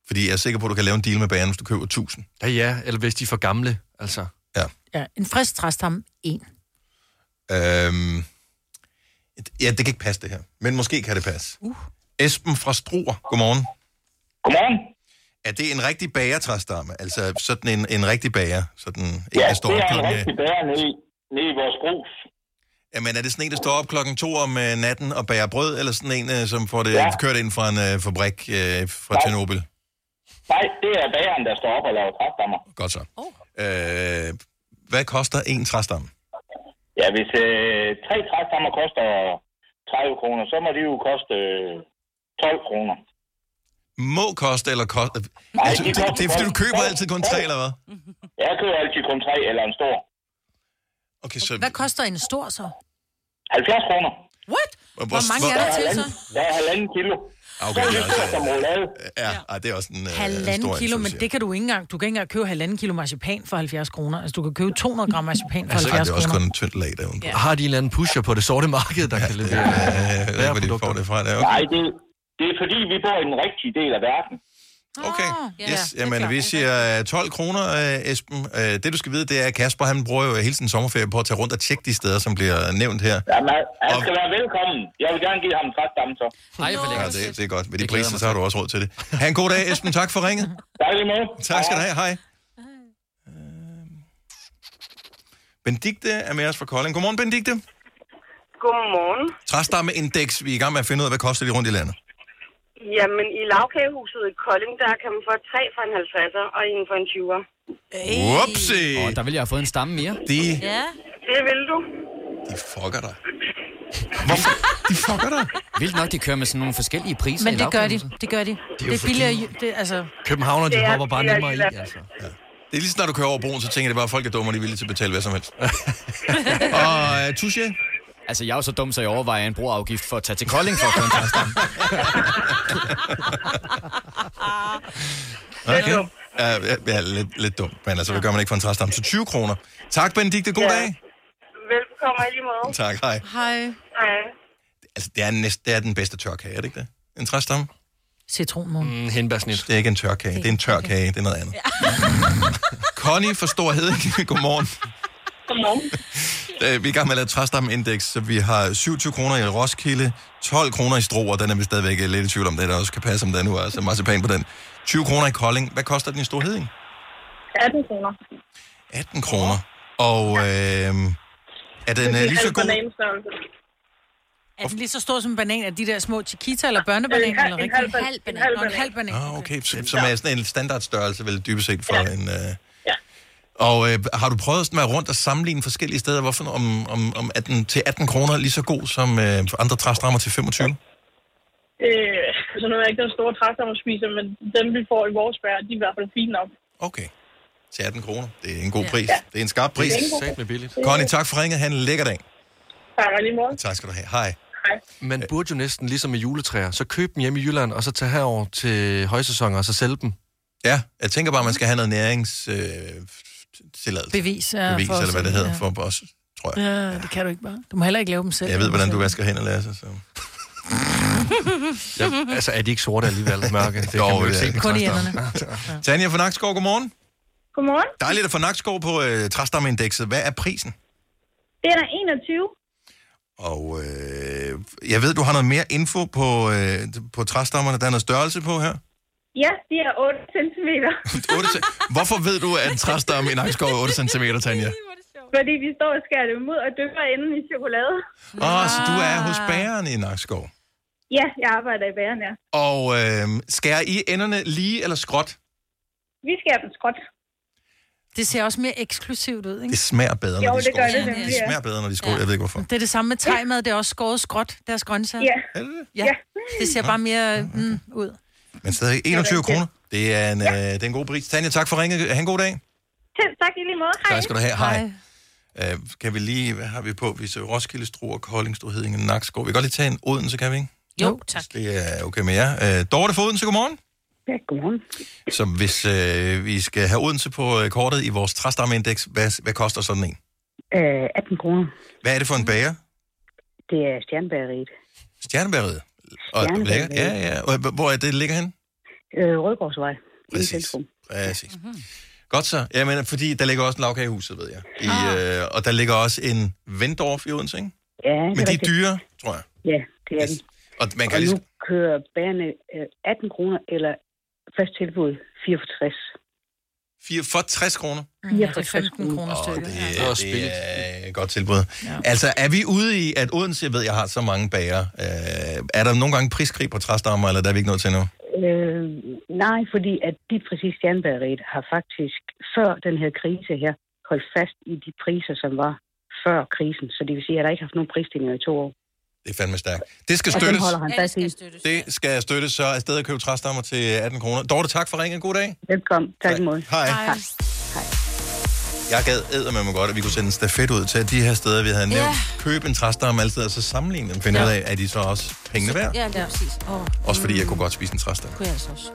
S1: Fordi jeg er sikker på, at du kan lave en deal med banen, hvis du køber 1000.
S3: Ja, ja. Eller hvis de er for gamle, altså.
S1: Ja.
S2: Ja, en frisk træstamme, en.
S1: Øhm, ja, det kan ikke passe det her. Men måske kan det passe. Uh. Esben fra Struer, godmorgen.
S20: Godmorgen.
S1: Er det en rigtig bagertræstamme? Altså sådan en, en rigtig bager? Sådan, en,
S20: Ja,
S1: der
S20: det
S1: op
S20: er en
S1: klokken,
S20: rigtig
S1: øh,
S20: bager nede, i- nede i vores brus.
S1: Jamen er det sådan en, der står op klokken to om øh, natten og bager brød, eller sådan en, øh, som får det ja.
S20: Ja.
S1: kørt ind fra en øh, fabrik øh, fra
S20: Nej.
S1: Tjernobyl?
S20: Nej, det er bageren, der står op og laver træstammer.
S1: Godt så. Oh. Øh, hvad koster en træstamme?
S20: Ja, hvis øh, tre træstammer koster 30 kroner, så må de jo koste øh, 12 kroner.
S1: Må koste eller koste?
S20: Nej,
S1: altså,
S20: det
S1: det,
S20: koster
S1: det, er fordi, du
S20: godt.
S1: køber altid kun tre, eller hvad?
S20: Jeg køber altid kun tre eller en stor.
S1: Okay, så...
S2: Hvad koster en stor så?
S20: 70 kroner.
S2: What? Hvor,
S1: hvor-
S2: mange er
S1: hvor-
S2: der til så?
S20: Der er halvanden kilo.
S1: Okay,
S20: Så er
S1: det er
S20: det
S1: også,
S20: som roulade.
S1: Ja, ja, det er også en, øh,
S2: Halvanden
S1: stor
S2: kilo, men
S1: indsats, ja.
S2: det kan du ikke engang. Du kan ikke engang købe halvanden kilo marcipan for 70 kroner. Altså, du kan købe 200 gram marcipan for
S3: Altså, ej,
S2: 70
S3: det er også
S2: kroner.
S1: kun en tynd lag derude.
S3: Ja. Har de en eller anden pusher på det sorte marked, der ja, kan levere?
S1: Ja, jeg ved ikke, hvor de får det fra. Det er okay.
S20: Nej, det, det er fordi, vi bor i den rigtige del af verden.
S1: Okay.
S20: Ja,
S1: Yes, jamen, vi siger øh, 12 kroner, øh, Esben. Øh, Det, du skal vide, det er, at Kasper, han bruger jo hele sin sommerferie på at tage rundt og tjekke de steder, som bliver nævnt her.
S20: Jamen, han skal være velkommen. Jeg vil gerne give ham en træstamme så.
S7: Ej, hvor
S1: Ja,
S7: lækkert.
S1: det, det er godt. Med de priser, så har du også råd til det. Ha' en god dag, Esben. Tak for ringet.
S20: Tak lige måde.
S1: Tak skal du have. Hej. Øhm. Benedikte er med os fra Kolding. Godmorgen, Benedikte.
S12: Godmorgen.
S1: Træstamme Index. Vi er i gang med at finde ud af, hvad koster de rundt i landet.
S12: Jamen, i lavkagehuset i Kolding, der kan man få tre for en 50'er og en for en 20'er.
S1: Whoopsie.
S7: Og der ville jeg have fået en stamme mere.
S1: De,
S12: Ja. Det vil du.
S1: de fucker dig. Hvorfor? De fucker dig.
S7: Vildt nok, de kører med sådan nogle forskellige priser
S2: Men
S7: i
S2: det gør de.
S7: lavkagehuset.
S2: Det gør de.
S7: jo
S2: Det er
S7: fordi-
S2: billigere... Det, altså,
S3: Københavner,
S2: Det
S3: de
S2: er-
S3: hopper bare
S2: det er
S3: nemmere i,
S2: i hvert
S3: altså.
S1: Det er lige snart, du kører over broen, så tænker jeg bare, at folk er dumme, og de er villige til at betale hvad som helst. og uh, touche.
S7: Altså, jeg er jo så dum, så jeg overvejer en broafgift for at tage til Kolding for at få en træstamme.
S1: Okay. Ja, ja, ja, lidt, lidt dumt, men altså, hvad gør man ikke for en træstamme? Så 20 kroner. Tak, Benedikte. God dag.
S12: Velkommen i lige måde.
S1: Tak, hej.
S2: Hej.
S12: Hej.
S1: altså, det er, næst, det er den bedste tørkage, er det ikke det? En træstamme?
S2: Citronmåne.
S1: Mm, henbærsnit. Det er ikke en tørkage, det er en tørkage, det er noget andet. Connie fra Stor Hedinge, godmorgen.
S12: Godmorgen.
S1: Øh, Vi er i gang med at lave et træstammeindeks, så vi har 27 kroner i Roskilde, 12 kroner i Stro, og den er vi stadigvæk øh, lidt i tvivl om, det der også kan passe, om der nu er altså marcipan på den. 20 kroner i Kolding. Hvad koster den i Stor Hedinge?
S12: 18 kroner.
S1: 18 kroner. Og øh, er den øh, lige så god?
S2: Er den lige så stor som en banan? Er de der små chiquita eller børnebananer?
S12: En halv-
S2: eller
S12: en
S2: rigtig?
S12: halv banan.
S2: halv banan.
S12: En halv
S2: Nå, En halv banan.
S1: Ah, okay, så- som er sådan en standardstørrelse, vel dybest set for en... Øh...
S12: Ja.
S1: Og øh, har du prøvet sådan at være rundt og sammenligne forskellige steder? Hvorfor om, om, om 18, til 18 kroner lige så god som øh, andre træstammer til 25?
S12: Øh, så nu er jeg ikke den store træstammer spiser, men dem vi får i vores bær, de er i hvert fald fine nok.
S1: Okay. Til 18 kroner. Det er en god
S12: Ja.
S1: pris.
S12: Ja.
S1: Det er en skarp pris.
S12: Det er satme
S3: billigt.
S1: Connie, tak for ringet. Han en lækker dag.
S12: Tak og lige måde.
S1: Tak skal du have. Hej.
S3: Man burde jo næsten ligesom med juletræer, så køb dem hjemme i Jylland, og så tage herover til højsæsoner, og så sælge dem.
S1: Ja, jeg tænker bare, man skal have noget nærings... Øh, tilladelse.
S2: Bevis, ja,
S1: Bevis,
S2: for at
S1: eller hvad det
S2: sælge,
S1: hedder,
S2: ja.
S1: for os, tror jeg.
S2: Ja, det kan du ikke bare. Du må heller ikke lave dem selv.
S1: Jeg ved, hvordan du vasker hænder, Lasse. Så.
S3: Ja, altså, er de ikke sorte alligevel, mørke? Det
S1: Jo,
S3: kan man jo ikke
S1: det er
S3: se
S1: det.
S3: på
S1: Kun i
S3: træstammen.
S1: Tanja fra Nakskov, godmorgen.
S21: Godmorgen.
S1: Dejligt at få Nakskov på øh, træstammeindekset. Hvad er prisen?
S21: Det er der 21.
S1: Og øh, jeg ved, du har noget mere info på, øh, på træstammerne. Der er noget størrelse på her.
S21: Ja, de er 8 cm.
S1: 8 cm. Hvorfor ved du, at en træstamme i Nakskov er 8 cm, Tanja?
S21: fordi vi står og skærer dem ud og dypper inden i chokolade.
S1: Åh, oh, så du er hos bageren i Nakskov.
S21: Ja, jeg arbejder i bageren, ja.
S1: Og øh, skærer I enderne lige eller skråt?
S21: Vi skærer dem skråt.
S2: Det ser også mere eksklusivt ud, ikke?
S1: Det smager bedre, når
S2: Jo,
S1: de
S2: det gør
S1: skår.
S2: det nemlig,
S1: Det
S2: ja.
S1: smager bedre, når de skår. Jeg ved ikke, hvorfor.
S2: Det er det samme med tegmad, det er også skåret skråt, deres grøntsager.
S1: Ja.
S2: Ja. Det ser bare mere mm, ud.
S1: Men stadig 21 kroner. Det er en, øh, det er en god pris. Tanja, tak for ringet. Ha' en god dag.
S21: Selv tak i lige måde. Hej.
S1: Tak skal du have. Hej. Øh, kan vi lige, hvad har vi på? Vi ser Roskilde, Struer, Kolding, Storhedingen, Nakskov. Vi kan godt lige tage en Odense, kan vi ikke?
S4: Jo, tak.
S1: Det er okay med jer. Øh, Dorte fra Odense, godmorgen.
S22: Ja, godmorgen.
S1: Så hvis øh, vi skal have Odense på øh, kortet i vores træstammeindeks, hvad, hvad koster sådan en?
S22: Øh, 18 kroner.
S1: Hvad er det for
S2: Mm.
S1: en bager?
S22: Det er stjernbæreriet.
S1: Stjernebæreriet. Og,
S22: Stjernebæreriet.
S1: lækker. Ja, ja. Og, h- hvor er det ligger hen?
S22: Øh, Rødgårdsvej.
S1: Præcis. Præcis. Godt så. Jamen, fordi der ligger også en lavkage i huset, ved jeg. I, øh, og der ligger også en Vendorf i Odense, ikke?
S22: Ja, det
S1: Men de er
S22: rigtigt.
S1: dyre, tror jeg.
S22: Ja, det er yes. den.
S1: Og man kan
S22: Og
S1: lige...
S22: nu kører bærerne øh, 18 kroner eller fast tilbud 64.
S1: 4, for 60 kroner.
S22: Ja, for 15 kroner
S1: stykket. Det,
S22: Ja.
S1: det, er, det er et godt tilbud. Ja. Altså, er vi ude i, at Odense, jeg ved, jeg har så mange bager. Øh, er der nogle gange priskrig på træstammer, eller der er vi ikke nået til nu?
S22: Øh, nej, fordi at lige præcis stjernbæreriet har faktisk før den her krise her holdt fast i de priser, som var før krisen. Så det vil sige, at der ikke har haft nogen prisstigninger i to år.
S1: Det er fandme stærkt. Det skal
S22: Og den
S1: støttes.
S22: holder han fast i.
S1: Det skal støttes, så afsted at købe træstammer til 18 kroner. Dorte, tak for ringen. God dag.
S22: Velkommen. Tak imod.
S1: Hej.
S22: Hej.
S1: Jeg gad æder med mig godt, at vi kunne sende en stafet ud til de her steder, vi havde nævnt.
S4: Ja.
S1: Køb en træstamme altid, og så sammenligne dem. Finde
S4: Ja.
S1: ud af, er de så også pengene værd?
S4: Ja, lige præcis. Åh,
S1: Også fordi jeg kunne godt spise en træstamme.
S4: kunne jeg altså også.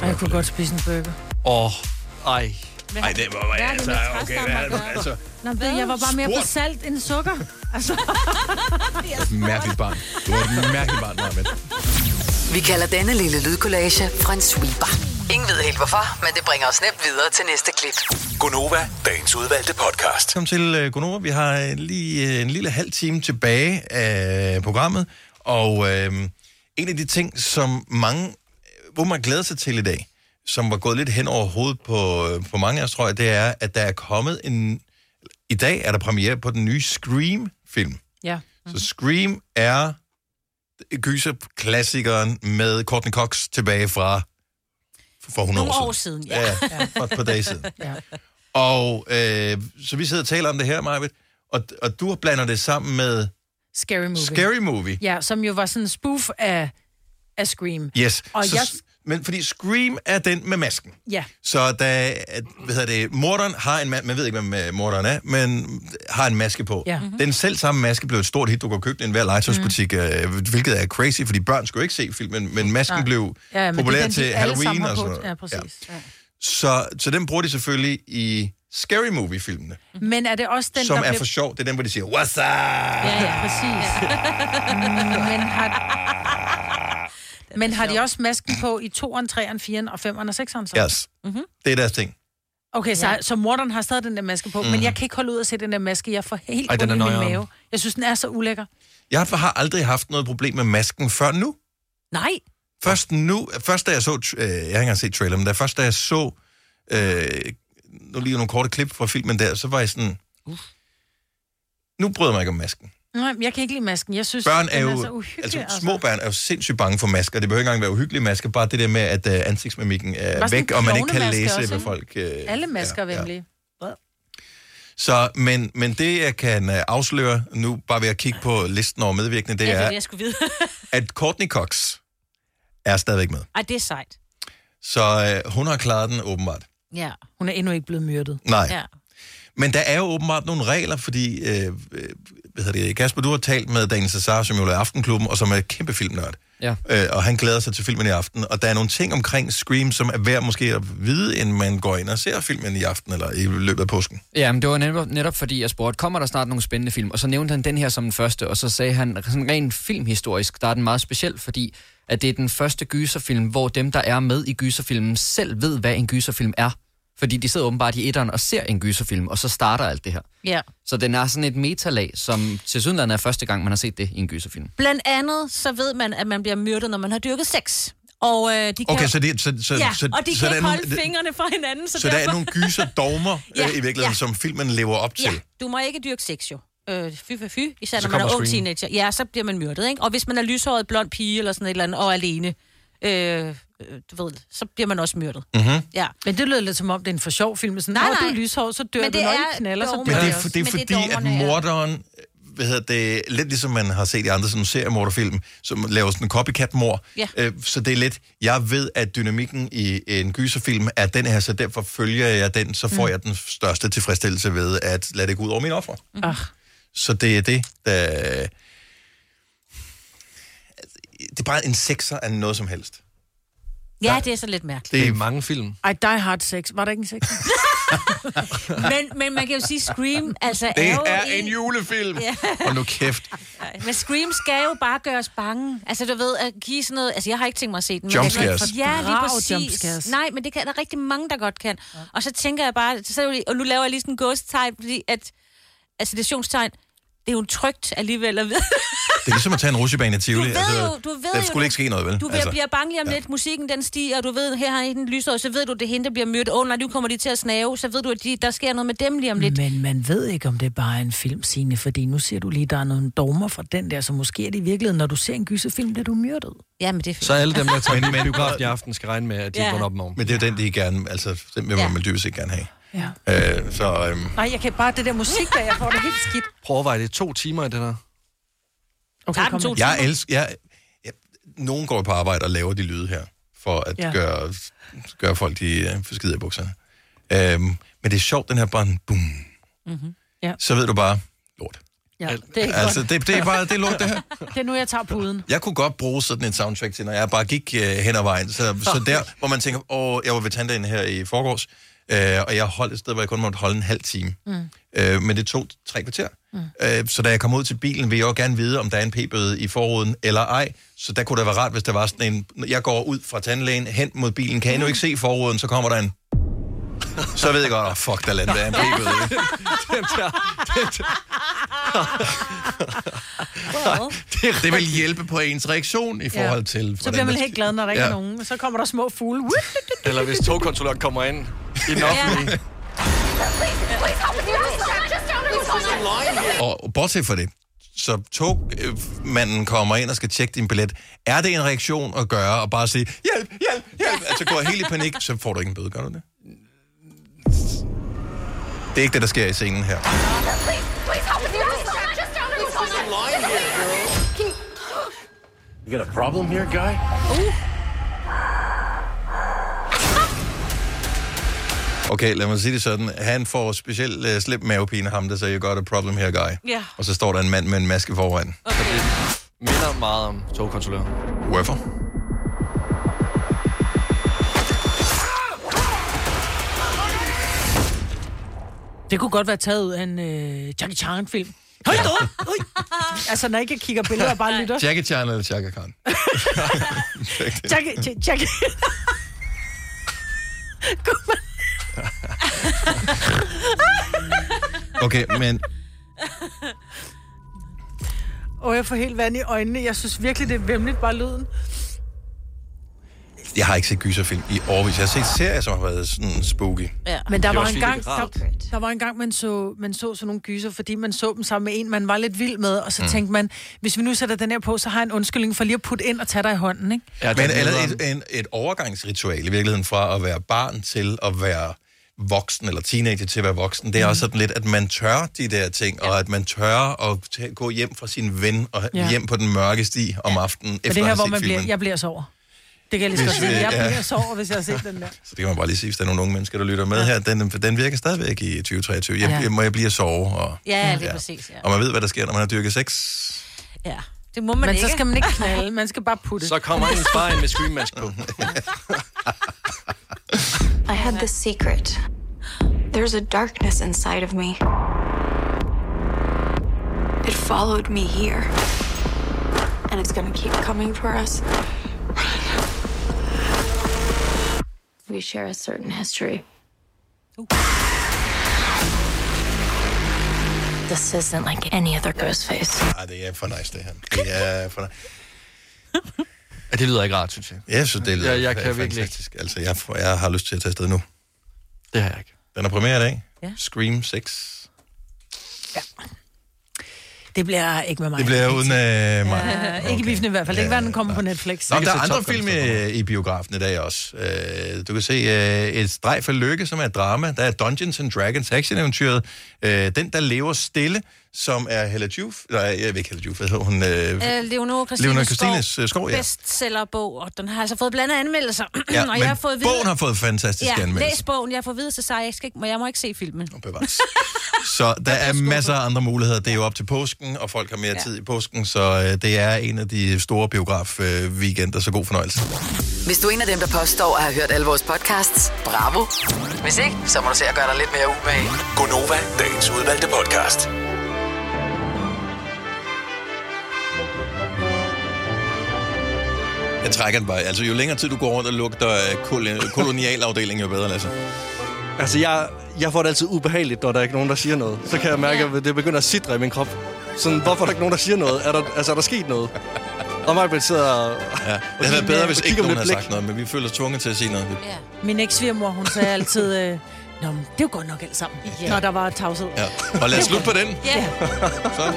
S2: Og jeg kunne godt spise en burger.
S1: Åh, oh, ej. Ej, det var
S2: Hvad har det
S1: altså,
S2: med
S1: okay,
S2: træstammer
S1: hvad er
S2: at
S1: det,
S2: gøre?
S1: altså,
S2: Nå, det, jeg var bare mere på
S1: Spurgt.
S2: salt end sukker. Altså.
S1: mærkeligt barn. Du er et mærkeligt barn, Marvind.
S6: Vi kalder denne lille lydkollage en sweeper.
S1: Ingen ved helt hvorfor, men det bringer os nemt videre til næste klip.
S14: Gunova, dagens udvalgte podcast.
S1: Velkommen til uh, Gunova. Vi har øh, lige øh, en lille halv time tilbage af programmet, og øh, en af de ting, som mange, øh, hvor man glæder sig til i dag, som var gået lidt hen over hovedet på, øh, på mange af os, tror jeg, det er, at der er kommet en... I dag er der premiere på den nye Scream-film.
S2: Ja.
S4: Mhm.
S1: Så Scream er gyser-klassikeren med Courtney Cox tilbage fra for 100
S4: Nogle
S1: år
S4: år
S1: siden.
S4: siden, ja.
S1: ja for et par dage siden.
S2: Ja.
S1: Og øh, så vi sidder og taler om det her, Marvitt, og, og du blander det sammen med
S2: Scary movie.
S1: Scary Movie.
S2: Ja, som jo var sådan en spoof af, af Scream.
S1: Yes.
S2: Og
S1: så,
S2: jeg...
S1: Men fordi Scream er den med masken.
S2: Ja.
S1: Så da, at- hvad hedder det, morderen har en, ma- man ved ikke, hvem øh, morderen er, men har en maske på.
S2: Ja. Mhm.
S1: Den selv samme maske blev et stort hit, du kan købe den i enhver legetøjsbutik, mm. hvilket er crazy, fordi børn skulle ikke se filmen, men masken
S2: Nej.
S1: blev
S2: ja, men det er
S1: populær
S2: den, de
S1: til
S2: alle
S1: Halloween
S2: sammen har
S1: og
S2: på.
S1: sådan noget.
S2: Ja, præcis. Ja.
S1: Så, så den bruger de selvfølgelig i Scary Movie-filmene,
S2: Men er det også den,
S1: som
S2: der
S1: er
S2: blev-
S1: for sjov. Det er den, hvor de siger, what's up?
S2: Ja, ja, præcis. Men har... Men har de også masken på i 2'eren, 3'eren, 4'eren og 5'eren og 6'eren så?
S1: Yes.
S2: Mm-hmm.
S1: Det er deres ting.
S2: Okay, så, så morderen har stadig den der maske på, mm.
S1: Mhm.
S2: men jeg kan ikke holde ud at se den der maske. Jeg får helt
S1: Ej,
S2: Ej,
S1: den er
S2: i min
S1: nøjeren.
S2: mave. Jeg synes, den er så ulækker.
S1: Jeg har aldrig haft noget problem med masken før nu.
S2: Nej.
S1: Først nu, først da jeg så, øh, jeg har ikke engang set trailer, men da først da jeg så, øh, nu lige nogle korte klip fra filmen der, så var jeg sådan, nu bryder jeg mig ikke om masken.
S2: Nej, men jeg kan ikke lide masken. Jeg synes,
S1: Børn
S2: den
S1: er jo,
S2: er så
S1: uhyggelig,
S2: uhyggelig.
S1: altså små børn er jo sindssygt bange for masker. Det behøver ikke engang være uhyggelige masker, bare det der med, at øh, ansigtsmimikken er
S2: Bare sådan
S1: væk, og man ikke kan
S2: klovnemaske
S1: læse,
S2: også,
S1: hvad
S2: ikke?
S1: folk... Øh,
S2: Alle masker er vemmelige.
S1: Så, men, men det, jeg kan øh, afsløre nu, bare ved at kigge på listen over medvirkende, det
S4: Ja,
S1: er,
S4: jeg skulle vide.
S1: at Courtney Cox er stadigvæk med.
S4: Ej, det er sejt.
S1: Så øh, hun har klaret den åbenbart.
S4: Ja.
S2: Hun er endnu ikke blevet myrdet.
S1: Nej.
S4: Ja.
S1: Men der er jo åbenbart nogle regler, fordi øh, øh, hvad hedder det, Kasper, du har talt med Daniel Cesar, som jo er Aftenklubben, og som er kæmpe filmnørd.
S7: Ja.
S1: Øh, og han glæder sig til filmen i aften. Og der er nogle ting omkring Scream, som er værd måske at vide, inden man går ind og ser filmen i aften, eller i løbet af påsken.
S7: Ja, men det var netop, netop fordi, jeg spurgte, kommer der snart nogle spændende film? Og så nævnte han den her som den første, og så sagde han, sådan rent filmhistorisk, der er den meget speciel, fordi at det er den første gyserfilm, hvor dem, der er med i gyserfilmen, selv ved, hvad en gyserfilm er. Fordi de sidder åbenbart i etteren og ser en gyserfilm, og så starter alt det her.
S4: Ja.
S7: Så den er sådan et metalag, som til synligheden er første gang, man har set det i en gyserfilm.
S4: Blandt andet, så ved man, at man bliver myrdet, når man har dyrket sex. Og øh, de kan...
S1: Okay, så det- så- så-
S4: ja,
S1: så-
S4: og de
S1: så
S4: kan
S1: der er
S4: ikke
S1: nogle-
S4: holde fingrene fra hinanden, så,
S1: Så, så der
S4: derfor...
S1: er nogle gyser dogmer ja,
S4: Ja,
S1: øh, i virkeligheden, ja.
S4: ja.
S1: som filmen lever op til.
S4: Ja, du må ikke dyrke sex jo. Øh, fy, fy, fy. Især
S1: Så
S4: når man er
S1: kommer
S4: ung
S1: screenen.
S4: teenager. Ja, så bliver man myrdet, ikke? Og hvis man er lyshåret, blond pige eller sådan et eller andet, og er alene, øh, øh, du ved, så bliver man også myrdet.
S1: Mm-hmm.
S4: Ja.
S2: Men det lyder lidt som om, det er en for sjov film. Sådan, nej, nej. du er lyshår, så dør
S4: Men
S2: du,
S4: det
S2: når
S4: er
S2: I knaller, så dør
S4: Oh
S1: Men det
S2: jeg
S1: er,
S2: også."
S1: for, det er fordi, at morderen, øh, hvad hedder det, lidt ligesom man har set i andre sådan seriemorderfilm, som laver sådan en copycat-mor.
S9: Ja.
S1: Øh, så det er lidt, jeg ved, at dynamikken i en gyserfilm er den her, så derfor følger jeg den, så
S9: Mm.
S1: får mm. jeg den største tilfredsstillelse ved at lade det gå ud over mine offer.
S2: Mm. Ah.
S1: Så det er det, der... Altså, Det er bare en sekser af noget som helst.
S4: Ja, det er så lidt mærkeligt.
S1: Det er
S3: mange film.
S2: Ej, Die Hard 6. Var der ikke en 6?
S4: Men, men man kan jo sige, Scream altså,
S1: Det
S4: jo
S1: er en julefilm!
S4: Ja.
S1: Og nu kæft,
S4: Men Scream skal jo bare gøre os bange. Altså, du ved, at give sådan noget... Altså, jeg har ikke tænkt mig at se den. men
S1: Jumpscares.
S4: jeg kan- Ja, lige
S2: Brav
S4: præcis.
S2: jumpscares.
S4: Nej, men det kan der er rigtig mange, der godt kan. Og så tænker jeg bare... Så, er det jo lige- og nu laver jeg lige sådan en gåstegn, fordi at... Altså, citationstegn. Det er jo trygt alligevel at vide.
S1: Det er ligesom at tage en rutsjebane i Tivoli. altså,
S4: Du ved jo- du ved
S1: der
S4: jo,
S1: skulle
S4: du-
S1: ikke ske noget, vel?
S4: Du altså, bliver bange lige om ja. lidt, musikken den stiger, og du ved, her har I den lyser, og så ved du, det er hende, der bliver myrdet. Åh oh, nej, nu kommer de til at snave, så ved du, at de, der sker noget med dem lige om lidt.
S2: Men man ved ikke, om det er bare en film, Signe, fordi nu ser du lige, der er nogle dogmer fra den der, så måske er det i virkeligheden, når du ser en gyserfilm, bliver du myrdet.
S4: Ja, men det er fint.
S3: Så alle dem, der tager
S1: Men-
S3: med i
S1: men-
S3: biografen i aften, skal regne med, at de
S2: Ja.
S3: ja. vågner op i morgen.
S1: Men det er jo den, de gerne, altså, den vil man ja. dybest set gerne have.
S2: Ja.
S1: Øh, så øhm,
S2: Nej, jeg kan bare det der musik, der jeg får det helt skidt.
S3: Prøv at overveje, det er to timer i det der.
S2: Okay, kom med.
S1: jeg elsker... Jeg, jeg, nogen går på arbejde og laver de lyde her, for at
S2: Ja.
S1: ja. gøre, gøre folk de øh, skide i bukserne. Øhm, men det er sjovt, den her bare en boom.
S2: Mm-hmm. Ja.
S1: Så ved du bare,
S2: ja, det er ikke
S1: altså,
S2: godt.
S1: det, det er bare det er lort, det her.
S2: Det er nu, jeg tager puden.
S1: Jeg kunne godt bruge sådan et soundtrack til, når jeg bare gik øh, hen ad vejen. Så, så der, hvor man tænker, åh, jeg var ved tandlægen her i forgårs, øh, og jeg holdt et sted, hvor jeg kun måtte holde en halv time.
S9: Mm.
S1: Øh, men det tog tre kvarter. Mm. Øh, så da jeg kom ud til bilen, vil jeg jo gerne vide, om der er en p-bøde i forruden eller ej. Så der kunne det være rart, hvis der var sådan en... Jeg går ud fra tandlægen, hen mod bilen, kan jeg endnu ikke se forruden, så kommer der en... Så ved jeg godt, oh, fuck, der lander der en p-bøde.
S3: den der, den der.
S1: Det, det vil hjælpe på ens reaktion i forhold til...
S2: Så
S1: hvordan
S2: bliver man helt glad, når der ikke
S1: Ja.
S2: er nogen. Men Så kommer der små fugle.
S3: Eller hvis togkontrolløren kommer ind i den offentlige.
S1: Og bortset fra det, så togmanden kommer ind og skal tjekke din billet. Er det en reaktion at gøre og bare sige, hjælp, hjælp, hjælp, altså går jeg helt i panik, så får du ikke en bøde, gør du det? Det er ikke det, der sker i scenen her.
S9: You got a problem here, guy?
S1: Okay, lad mig sige det sådan. Han får specielt uh, slip mavepine, ham der siger, you got a problem here, guy.
S3: Ja.
S1: Og så står der en mand med en maske foran.
S3: Okay. Det minder meget om togkontrolløren.
S1: Hvorfor?
S2: Det kunne godt være taget ud af en øh, Jackie Chan-film. Hold da op! Ui! Altså, når jeg ikke kigger billeder og bare lytter.
S1: Jackie Chan eller Chaka Khan?
S2: Jackie, Ja- Jackie.
S1: Okay, men
S2: Åh, jeg får helt vand i øjnene. Jeg synes virkelig, det er vemmeligt bare lyden.
S1: jeg har ikke set gyserfilm i årvis. Jeg har set serier, som har været sådan spooky.
S2: Ja. Men der
S1: Det er
S2: var, en
S1: også fordi,
S2: gang,
S1: det er
S2: der,
S1: rart.
S2: der var en gang, man så, man så sådan nogle gyser, fordi man så dem sammen med en, man var lidt vild med, og så
S1: Mm.
S2: mm. tænkte man, hvis vi nu sætter den her på, så har jeg en undskyldning for lige at putte ind og tage dig i hånden, ikke?
S1: Ja, men allerede et, en, et overgangsritual i virkeligheden fra at være barn til at være voksen, eller teenager til at være voksen,
S2: Mhm.
S1: det er også sådan lidt, at man tør de der ting, og at man tør at ta- gå hjem fra sin ven og
S2: Ja.
S1: hjem på den mørke sti om aftenen,
S2: Og
S1: efter
S2: det er her,
S1: at
S2: hvor
S1: have
S2: man
S1: set
S2: bliver,
S1: filmen.
S2: jeg bliver sover. Det kan jeg lige så
S1: Hvis
S2: godt sige.
S1: det-
S2: Jeg
S1: ja.
S2: bliver sover, hvis jeg har set den der.
S1: Så det kan man bare lige sige, hvis der er nogle unge mennesker, der lytter med her. Den, den virker stadigvæk i 2023. Jeg,
S4: Ja.
S1: ja. Må jeg blive at sove? Og,
S4: Ja, lige præcis, ja.
S1: Mm. Og man ved, hvad der sker, når man har dyrket sex.
S4: Ja, det må man
S2: Men
S4: ikke.
S2: så skal man ikke knalde, man skal bare putte.
S3: Så kommer ens far ind med screammask på.
S10: I had this secret. There's a darkness inside of me. It followed me here. And it's gonna keep coming for us. We share a certain history. This isn't like any other ghost face.
S1: Nej, det er for nice, det her. Det er for nice.
S3: Ja, det lyder ikke rart, synes jeg.
S1: Ja, så det lyder
S3: Ja, jeg
S1: fa-
S3: kan virkelig ikke.
S1: fantastisk. Altså, jeg, får- jeg har lyst til at tage afsted nu.
S3: Det har jeg ikke.
S1: Den er premiere i dag. Ja. Scream 6.
S2: Det bliver ikke med mig.
S1: Det bliver uden øh, mig.
S2: Ja, ikke i biffen i hvert fald. Det kan ikke være, den kommer på Netflix.
S1: Nå, men der er andre film i, i biografen i dag også. Øh, du kan se øh, Et strejf af lykke, som er et drama. Der er Dungeons and Dragons action-eventyret. Øh, den, der lever stille, som er Hella Juf. Nej, jeg ved ikke Hella Juf, hvad hedder hun? Øh,
S4: Øh, Leonora Christine
S1: Leonora Christines, øh, Skov, ja.
S4: Bestsellerbog, og den har altså fået blandede anmeldelser.
S1: ja,
S4: og
S1: men
S4: jeg har fået
S1: bogen har fået fantastiske
S4: ja,
S1: ja, anmeldelser.
S4: læs bogen. Jeg får videre til sig, jeg, skal ikke, jeg må ikke se filmen.
S1: Så der er masser af andre muligheder. Det er jo op til påsken, og folk har mere ja. tid i påsken, så øh, det er en af de store biograf-weekender. Så god fornøjelse.
S6: Hvis du er en af dem, der påstår at have hørt alle vores podcasts, bravo. Hvis ikke, så må du se at gøre dig lidt mere umage.
S14: Gonova, dagens udvalgte podcast.
S1: Jeg trækker den bare. Altså, jo længere tid du går rundt og lugter af kol- kolonialafdelingen, jo bedre, Lasse.
S3: Altså, jeg, jeg får det altid ubehageligt, når der ikke er nogen, der siger noget. Så kan jeg mærke, at det begynder at sidre i min krop. Sådan, hvorfor er der ikke nogen, der siger noget? Er der, altså, er der sket noget? Og mig sidder og... øh,
S1: Ja. Det havde været bedre, hvis ikke nogen havde sagt noget, men vi føler os tvunget til at sige noget. Ja.
S2: Min eks-svigermor, hun sagde altid, øh, Nå, men det er jo godt nok alt sammen, yeah. når der var tavshed.
S1: Ja. Og lad os slutte på den.
S2: Ja.
S1: Så.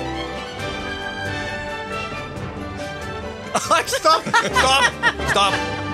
S3: Stop! Stop! Stop!